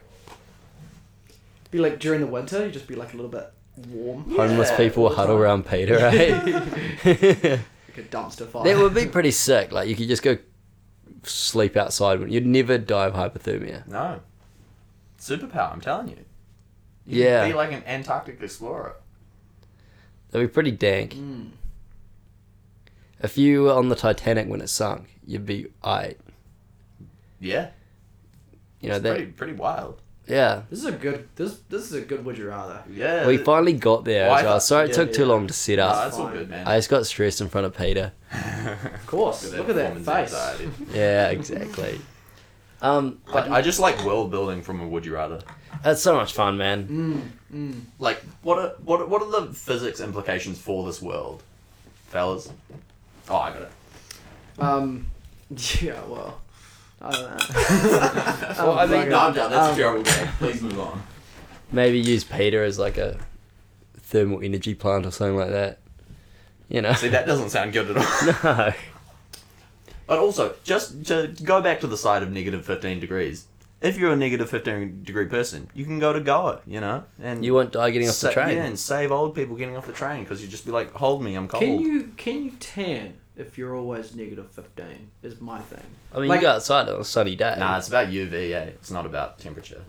A: be like during the winter, you would just be like a little bit warm.
B: Homeless
D: Yeah,
B: people
A: all the
B: huddle
A: time.
B: around Peter, right?
A: Like a dumpster fire.
B: that would be pretty sick. Like you could just go sleep outside. when- You'd never die of hypothermia.
D: No. Superpower, I'm telling you. You could Be
B: Yeah,
D: like an Antarctic explorer.
B: that'd be pretty dank.
D: Hmm.
A: Mm.
B: If you were on the Titanic when it sunk, you'd be alright.
D: Yeah.
B: You know
D: it's
B: that?
D: pretty, pretty wild.
B: yeah.
A: This is a good. This this is a good. Would you rather?
D: Yeah.
B: We
D: th-
B: finally got there
D: Why
B: as well.
D: not?
B: Sorry it
A: Yeah,
B: took too
A: yeah.
B: long to set
D: Nah,
B: up.
D: that's all good, man.
B: I just got stressed in front of Peter.
A: Of course. Look at that,
D: performance
A: face.
D: anxiety.
B: Yeah, exactly. um, but
D: I, I just like world building from a would you rather.
B: that's so much fun, man.
A: Mm, mm.
D: Like, what are what are, what are the physics implications for this world, fellas? Oh, I got it.
A: Um. Yeah. Well. I don't know.
B: Well, I mean-
A: bugger.
D: no, I'm done. That's
A: Um,
D: a terrible game. Please move on.
B: Maybe use Peter as like a thermal energy plant or something like that. You know.
D: See, that doesn't sound good at all.
B: no.
D: But also, just to go back to the side of negative 15 degrees, if you're a negative 15 degree person, you can go to Goa, you know? and
B: You won't die getting off the
D: sa-
B: train.
D: Yeah, and save old people getting off the train because you just be like, hold me, I'm cold.
A: Can you can you tan if you're always negative fifteen? Is my thing.
B: I mean,
A: Like-
B: you go outside on a sunny day.
D: Nah, it's about UVA. It's not about temperature,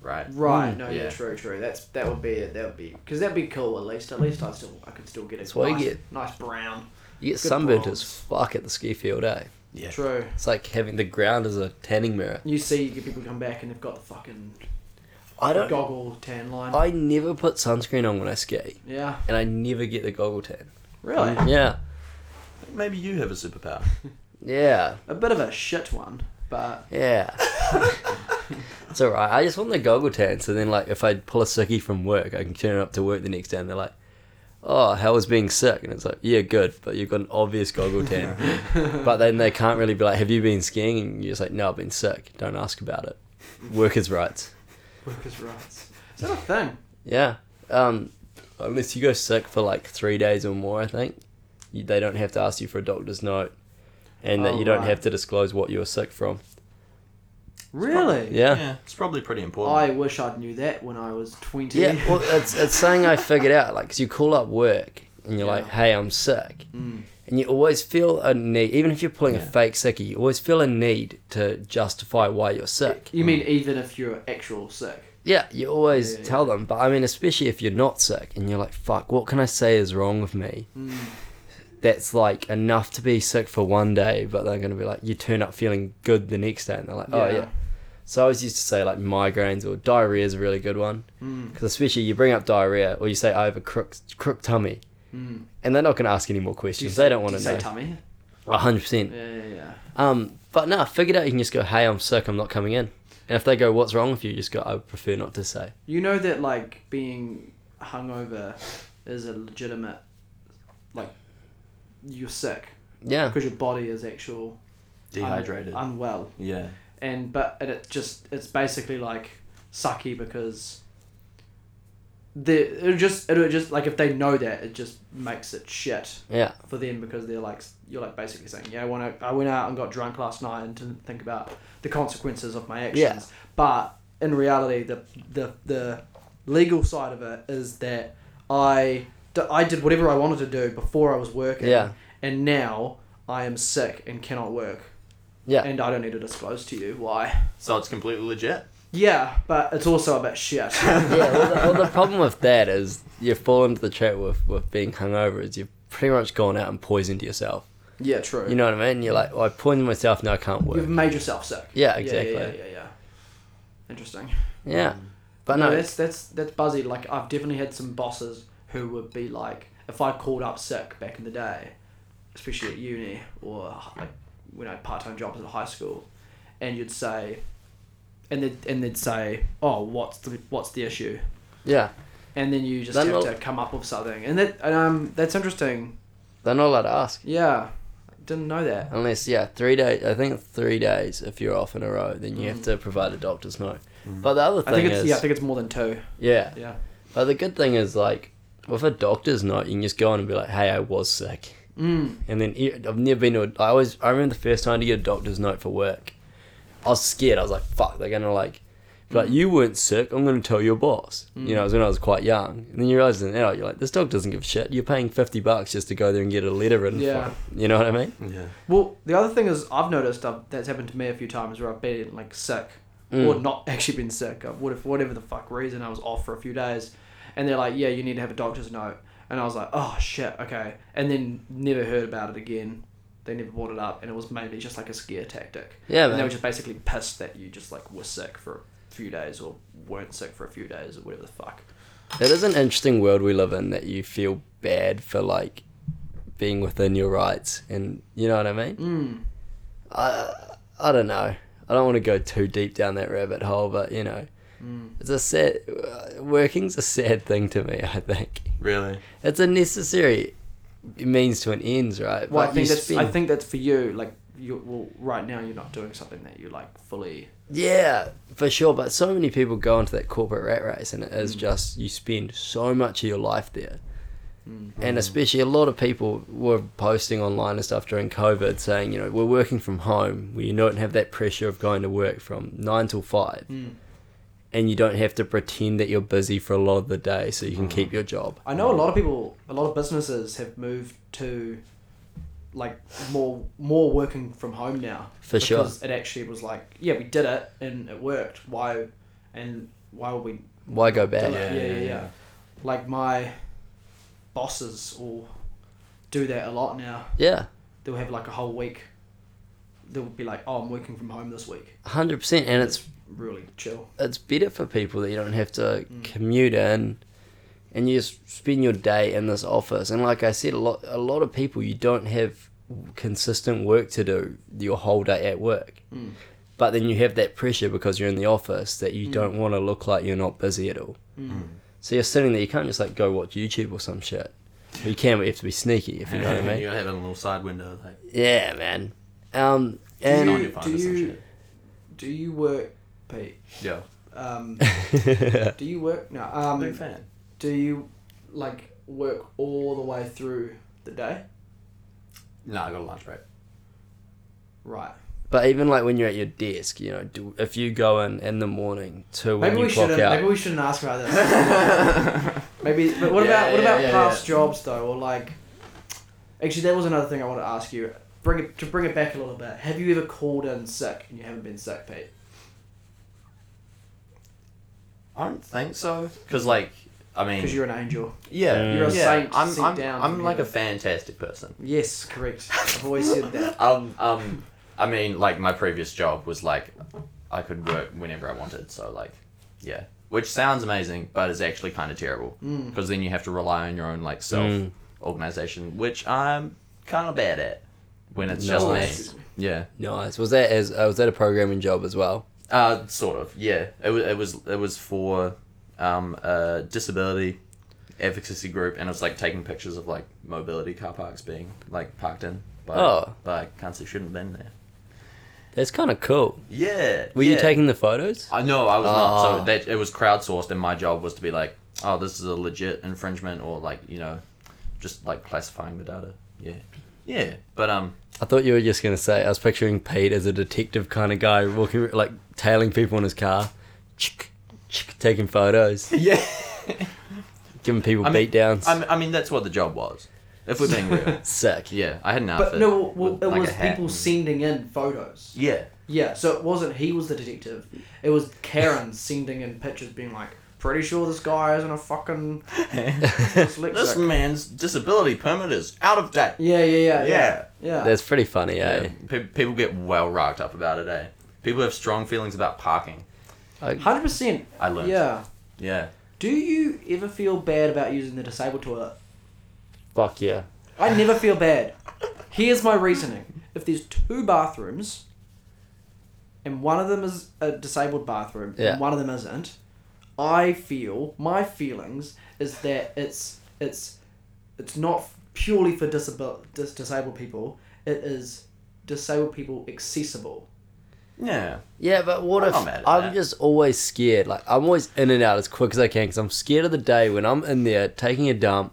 D: right?
A: Right. no.
D: yeah.
A: Yeah. True. True. That's that would be it. That would be because that'd be cool. At least. At least I still I could still get a
B: That's what you
A: nice,
B: get.
A: nice brown.
B: you get
A: good
B: sunburnt
A: balls.
B: as fuck at the ski field, eh?
D: Yeah.
A: True.
B: It's like having the ground as a tanning mirror.
A: You see people come back and they've got the fucking
B: I don't.
A: goggle tan line.
B: I never put sunscreen on when I ski,
A: yeah.
B: and I never get the goggle tan.
A: Really.
B: Yeah,
D: Maybe you have a superpower.
B: yeah,
A: A bit of a shit one, but
B: yeah. it's alright. I just want the goggle tan, so then like if I pull a sickie from work, I can turn it up to work the next day, and they're like, "Oh, how was being sick?" And it's like, "Yeah, good, but you've got an obvious goggle tan." but then they can't really be like, "Have you been skiing?" And you're just like, "No, I've been sick. Don't ask about it." Workers' rights.
A: workers' rights. Is that a thing?
B: Yeah. Um, unless you go sick for like three days or more, I think you, they don't have to ask you for a doctor's note, and that
A: Oh,
B: you don't
A: right.
B: have to disclose what you were sick from.
A: Really?
B: Yeah.
D: yeah, it's probably pretty important.
A: I wish I'd knew that when I was twenty.
B: Yeah. Well, it's it's something I figured out. Like, 'cause you call up work and you're
A: Yeah.
B: like, "Hey, I'm sick,"
A: Mm.
B: and you always feel a need, even if you're pulling a
D: Yeah.
B: fake sickie, you always feel a need to justify why you're sick.
A: You mean even if you're actual sick?
B: Yeah, you always
A: Yeah, yeah.
B: tell them. But I mean, especially if you're not sick and you're like, fuck, what can I say is wrong with me?
A: Mm.
B: That's like enough to be sick for one day, but they're going to be like, you turn up feeling good the next day. And they're like, oh, yeah. So I always used to say like migraines or diarrhea is a really good one.
A: Mm.
B: Because especially you bring up diarrhea or you say, I have a crook, crook tummy.
A: Mm.
B: And they're not going to ask any more
A: Do you
B: questions.
A: say-
B: They don't
A: do
B: want
A: you
B: to
A: say
B: know.
A: tummy?
B: 100%.
A: Yeah, yeah, yeah.
B: Um, but no, I figured out you can just go, hey, I'm sick, I'm not coming in. And if they go, what's wrong with you? You just go, I would prefer not to say.
A: You know that like being hungover is a legitimate, like, you're sick
B: Yeah.
A: because your body is actual un-
D: Dehydrated.
A: unwell,
D: yeah.
A: and but and it just it's basically like sucky because. The, it'll just it'll just like if they know that it just makes it shit
B: Yeah.
A: for them because they're like you're like basically saying yeah I want to I went out and got drunk last night and didn't think about the consequences of my actions
B: Yeah.
A: but in reality the the the legal side of it is that I d- I did whatever I wanted to do before I was working
B: Yeah.
A: and now I am sick and cannot work
B: Yeah.
A: and I don't need to disclose to you why
D: So it's completely legit.
A: yeah but it's also a bit shit
B: yeah, well the, well, the problem with that is you fall into the trap with, with being hungover is you've pretty much gone out and poisoned yourself.
A: yeah true
B: You know what I mean? You're like, oh, I poisoned myself, now I can't
A: you've
B: work.
A: made yourself sick
B: Yeah,
A: yeah yeah,
B: exactly.
A: yeah, yeah. interesting
B: Yeah. But
A: no,
B: no,
A: that's that's that's buzzy. Like I've definitely had some bosses who would be like, if I called up sick back in the day, especially at uni or like when I had part time jobs at high school, and you'd say, and they'd, and they'd say, oh, what's the what's the issue?
B: Yeah,
A: And then you just
B: Then
A: have
B: they'll-
A: to come up with something, and that and, um that's interesting.
B: they're not allowed to ask
A: Yeah, didn't know that.
B: unless yeah, three days. I think it's three days if you're off in a row, then you have to provide a doctor's note. But the other
A: Mm. I
B: thing
A: think it's
B: is,
A: yeah, I think it's more than two.
B: yeah,
A: Yeah,
B: But the good thing is, like, with a doctor's note, you can just go in and be like, "Hey, I was sick,"
A: mm.
B: and then e- I've never been to. A, I always, I remember the first time to get a doctor's note for work. I was scared. I was like, "Fuck, they're gonna like." be Like you weren't sick, I'm gonna tell your boss. You know, it was when I was quite young. And then you realise as an adult, you're like, this dog doesn't give a shit. You're paying fifty bucks just to go there and get a letter written
A: Yeah.
B: for him. You know what I mean?
C: Yeah.
A: Well, the other thing is I've noticed i that's happened to me a few times where I've been like sick or
B: Mm.
A: not actually been sick. I would have whatever the fuck reason I was off for a few days, and they're like, "Yeah, you need to have a doctor's note," and I was like, "Oh shit, okay," and then never heard about it again. They never brought it up, and it was mainly just like a scare tactic.
B: Yeah,
A: and they
B: man.
A: were just basically pissed that you just like were sick for a few days or weren't sick for a few days or whatever the fuck.
B: It is an interesting world we live in that you feel bad for like being within your rights, and you know what I mean.
A: Mm.
B: I I don't know. I don't want to go too deep down that rabbit hole, but you know,
A: Hmm.
B: it's a sad. uh, Working's a sad thing to me. I think
C: Really?
B: it's a necessary means to an ends, right?
A: Well, I
B: But
A: think
B: you
A: that's I
B: spend-
A: think that's for you. Like, you well, right now you're not doing something that you like fully.
B: yeah, for sure. But so many people go into that corporate rat race, and it is just you spend so much of your life there. And especially a lot of people were posting online and stuff during COVID saying, you know, we're working from home where you don't have that pressure of going to work from nine till five. and you don't have to pretend that you're busy for a lot of the day so you can keep your job.
A: I know a lot of people, a lot of businesses have moved to like more more working from home now.
B: For sure.
A: it actually was like, yeah, we did it and it worked. Why and why would we?
B: Why go
A: do it?
B: back?
A: Yeah, yeah,
C: yeah,
A: yeah,
C: yeah.
A: Like my bosses all do that a lot now.
B: Yeah,
A: They'll have like a whole week. They'll be like, oh, I'm working from home this week.
B: hundred percent. And it's
A: Really chill.
B: it's better for people that you don't have to
A: Mm.
B: commute in, and you just spend your day in this office. And like I said, a lot a lot of people you don't have consistent work to do your whole day at work.
A: Mm.
B: But then you have that pressure because you're in the office that you don't want to look like you're not busy at all.
A: Mm.
B: So you're sitting there, you can't just like go watch YouTube or some shit. You can, but you have to be sneaky if you know what I mean.
C: You have a little side window, like
B: Yeah, man. Um,
A: do
B: and
A: you, do you, do you work, Pete?
C: Yeah.
A: Um, do you work? No. Um,
C: big fan.
A: Do you like work all the way through the day?
C: No, I got a lunch break.
A: Right.
B: but even like when you're at your desk, you know, do, if you go in in the morning to when
A: Maybe
B: you
A: we
B: clock
A: shouldn't.
B: out,
A: Maybe we shouldn't ask about this. maybe. But what
C: Yeah,
A: about what
C: yeah,
A: about
C: yeah,
A: past jobs though, or like? Actually, that was another thing I want to ask you. Bring it to bring it back a little bit. Have you ever called in sick and you haven't been sick, Pete?
C: I don't think so.
E: Because like, I
A: Because
E: mean,
A: you're an angel.
C: Yeah.
A: You're a
C: yeah.
A: saint
C: I'm,
A: sent
C: I'm,
A: down
C: I'm
A: from
C: like a
A: heaven.
C: fantastic person.
A: Yes, correct. I've always said that.
C: Um, um, I mean, like my previous job was like, I could work whenever I wanted. So like, yeah, which sounds amazing, but is actually kind of terrible
A: Mm.
C: because then you have to rely on your own like self
B: Mm.
C: organization, which I'm kind of bad at when it's
B: Nice.
C: just me. Yeah.
B: nice. Was that as uh, was that a programming job as well?
C: Uh, sort of. Yeah. It was. It was. It was for, um, a disability advocacy group, and it was like taking pictures of like mobility car parks being like parked in. By,
B: Oh.
C: By cunts who shouldn't have been there.
B: That's kind of cool.
C: Yeah.
B: Were you
C: yeah.
B: taking the photos?
C: I no, I was not.
B: Ah.
A: Oh.
C: So that it was crowdsourced, and my job was to be like, oh, this is a legit infringement, or like you know, just like classifying the data. Yeah. Yeah. But um.
B: I thought you were just gonna say. I was picturing Pete as a detective kind of guy walking like tailing people in his car, chick, chick, taking photos,
C: Yeah.
B: giving people
C: I mean-
B: beatdowns.
C: I, I mean, that's what the job was. If we're being real.
B: Sick.
C: Yeah, I had an outfit.
A: But no, well,
C: with,
A: it
C: like, a
A: was
C: hat
A: people
C: and-
A: sending in photos.
C: Yeah.
A: Yeah, so it wasn't he was the detective. It was Karen sending in pictures being like, pretty sure this guy isn't a fucking
C: This
A: dyslexic.
C: man's disability permit is out of date.
A: Yeah, yeah, yeah, yeah.
C: Yeah.
A: Yeah.
B: That's pretty funny, eh?
C: Yeah, pe- people get well racked up about it, eh? People have strong feelings about parking.
B: Like,
A: 100%.
C: I learned.
A: Yeah.
C: Yeah.
A: Do you ever feel bad about using the disabled toilet?
B: fuck yeah.
A: I never feel bad. Here's my reasoning. if there's two bathrooms and one of them is a disabled bathroom
B: Yeah.
A: and one of them isn't, I feel my feelings is that it's it's it's not purely for disabled dis- disabled people. It is disabled people accessible.
D: Yeah.
B: Yeah, but what
D: I'm
B: if
D: not mad at
B: I'm
D: that.
B: just always scared? Like I'm always in and out as quick as I can because I'm scared of the day when I'm in there taking a dump,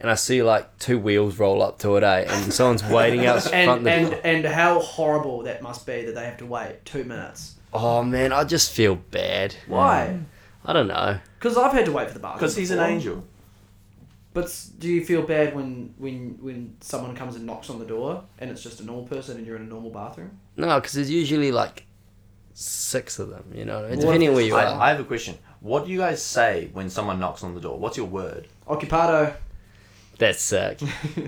B: and I see like two wheels roll up to it, eh? And someone's waiting out
A: And
B: front. the
A: and and how horrible that must be that they have to wait two minutes.
B: oh man, I just feel bad.
A: Why?
B: I don't know.
A: Because I've had to wait for the bathroom.
D: Because he's an
A: before.
D: angel.
A: But s- do you feel bad when when when someone comes and knocks on the door and it's just a normal person and you're in a normal bathroom?
B: No, because there's usually like six of them. You know, what I mean?
A: What if
B: depending where
A: it's-
B: you are.
D: I, I have a question. What do you guys say when someone knocks on the door? What's your word?
A: Occupado.
B: That's sick.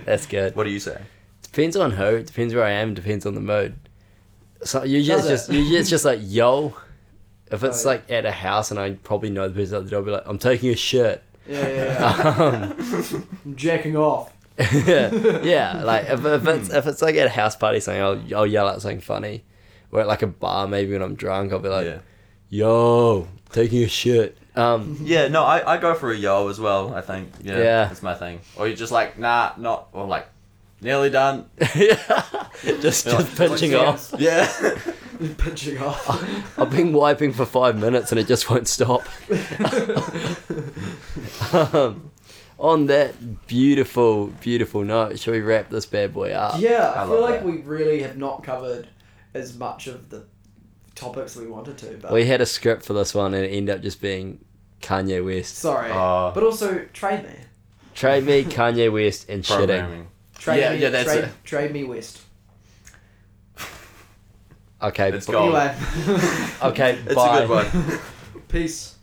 B: That's good.
D: What do you say?
B: Depends on who. Depends where I am. Depends on the mood. So usually
A: Does
B: it's just
A: it?
B: usually it's just like yo. If it's
A: Oh, yeah.
B: like at a house and I probably know the person at the door, I'll be like, I'm taking a shit.
A: Yeah, yeah, yeah.
B: Um,
A: I'm jacking off.
B: yeah, like if, if it's if it's like at a house party, something I'll I'll yell out something funny, or at like a bar maybe when I'm drunk, I'll be like,
D: yeah.
B: yo, taking a shit. Um,
D: Yeah, no, I, I go for a yo as well, I think. Yeah.
B: Yeah.
D: That's my thing. Or you're just like, nah, not, or like, nearly done.
B: just just pinching off.
D: Yeah.
A: Pitching off.
B: I've been wiping for five minutes and it just won't stop. um, on that beautiful, beautiful note, shall we wrap this bad boy up?
A: yeah, I,
D: I
A: feel
D: love
A: like
D: that.
A: we really have not covered as much of the topics we wanted to. But
B: We had a script for this one and it ended up just being Kanye West.
A: sorry,
D: Uh,
A: but also trade me.
B: Trade me Kanye West and shitting.
D: Programming.
A: Trade
D: Yeah,
A: me,
D: yeah, that's
A: trade,
D: it.
A: trade me West.
B: Okay,
D: It's
B: b-
D: gone.
A: Anyway,
B: okay,
D: It's
B: bye.
D: a good one.
A: peace.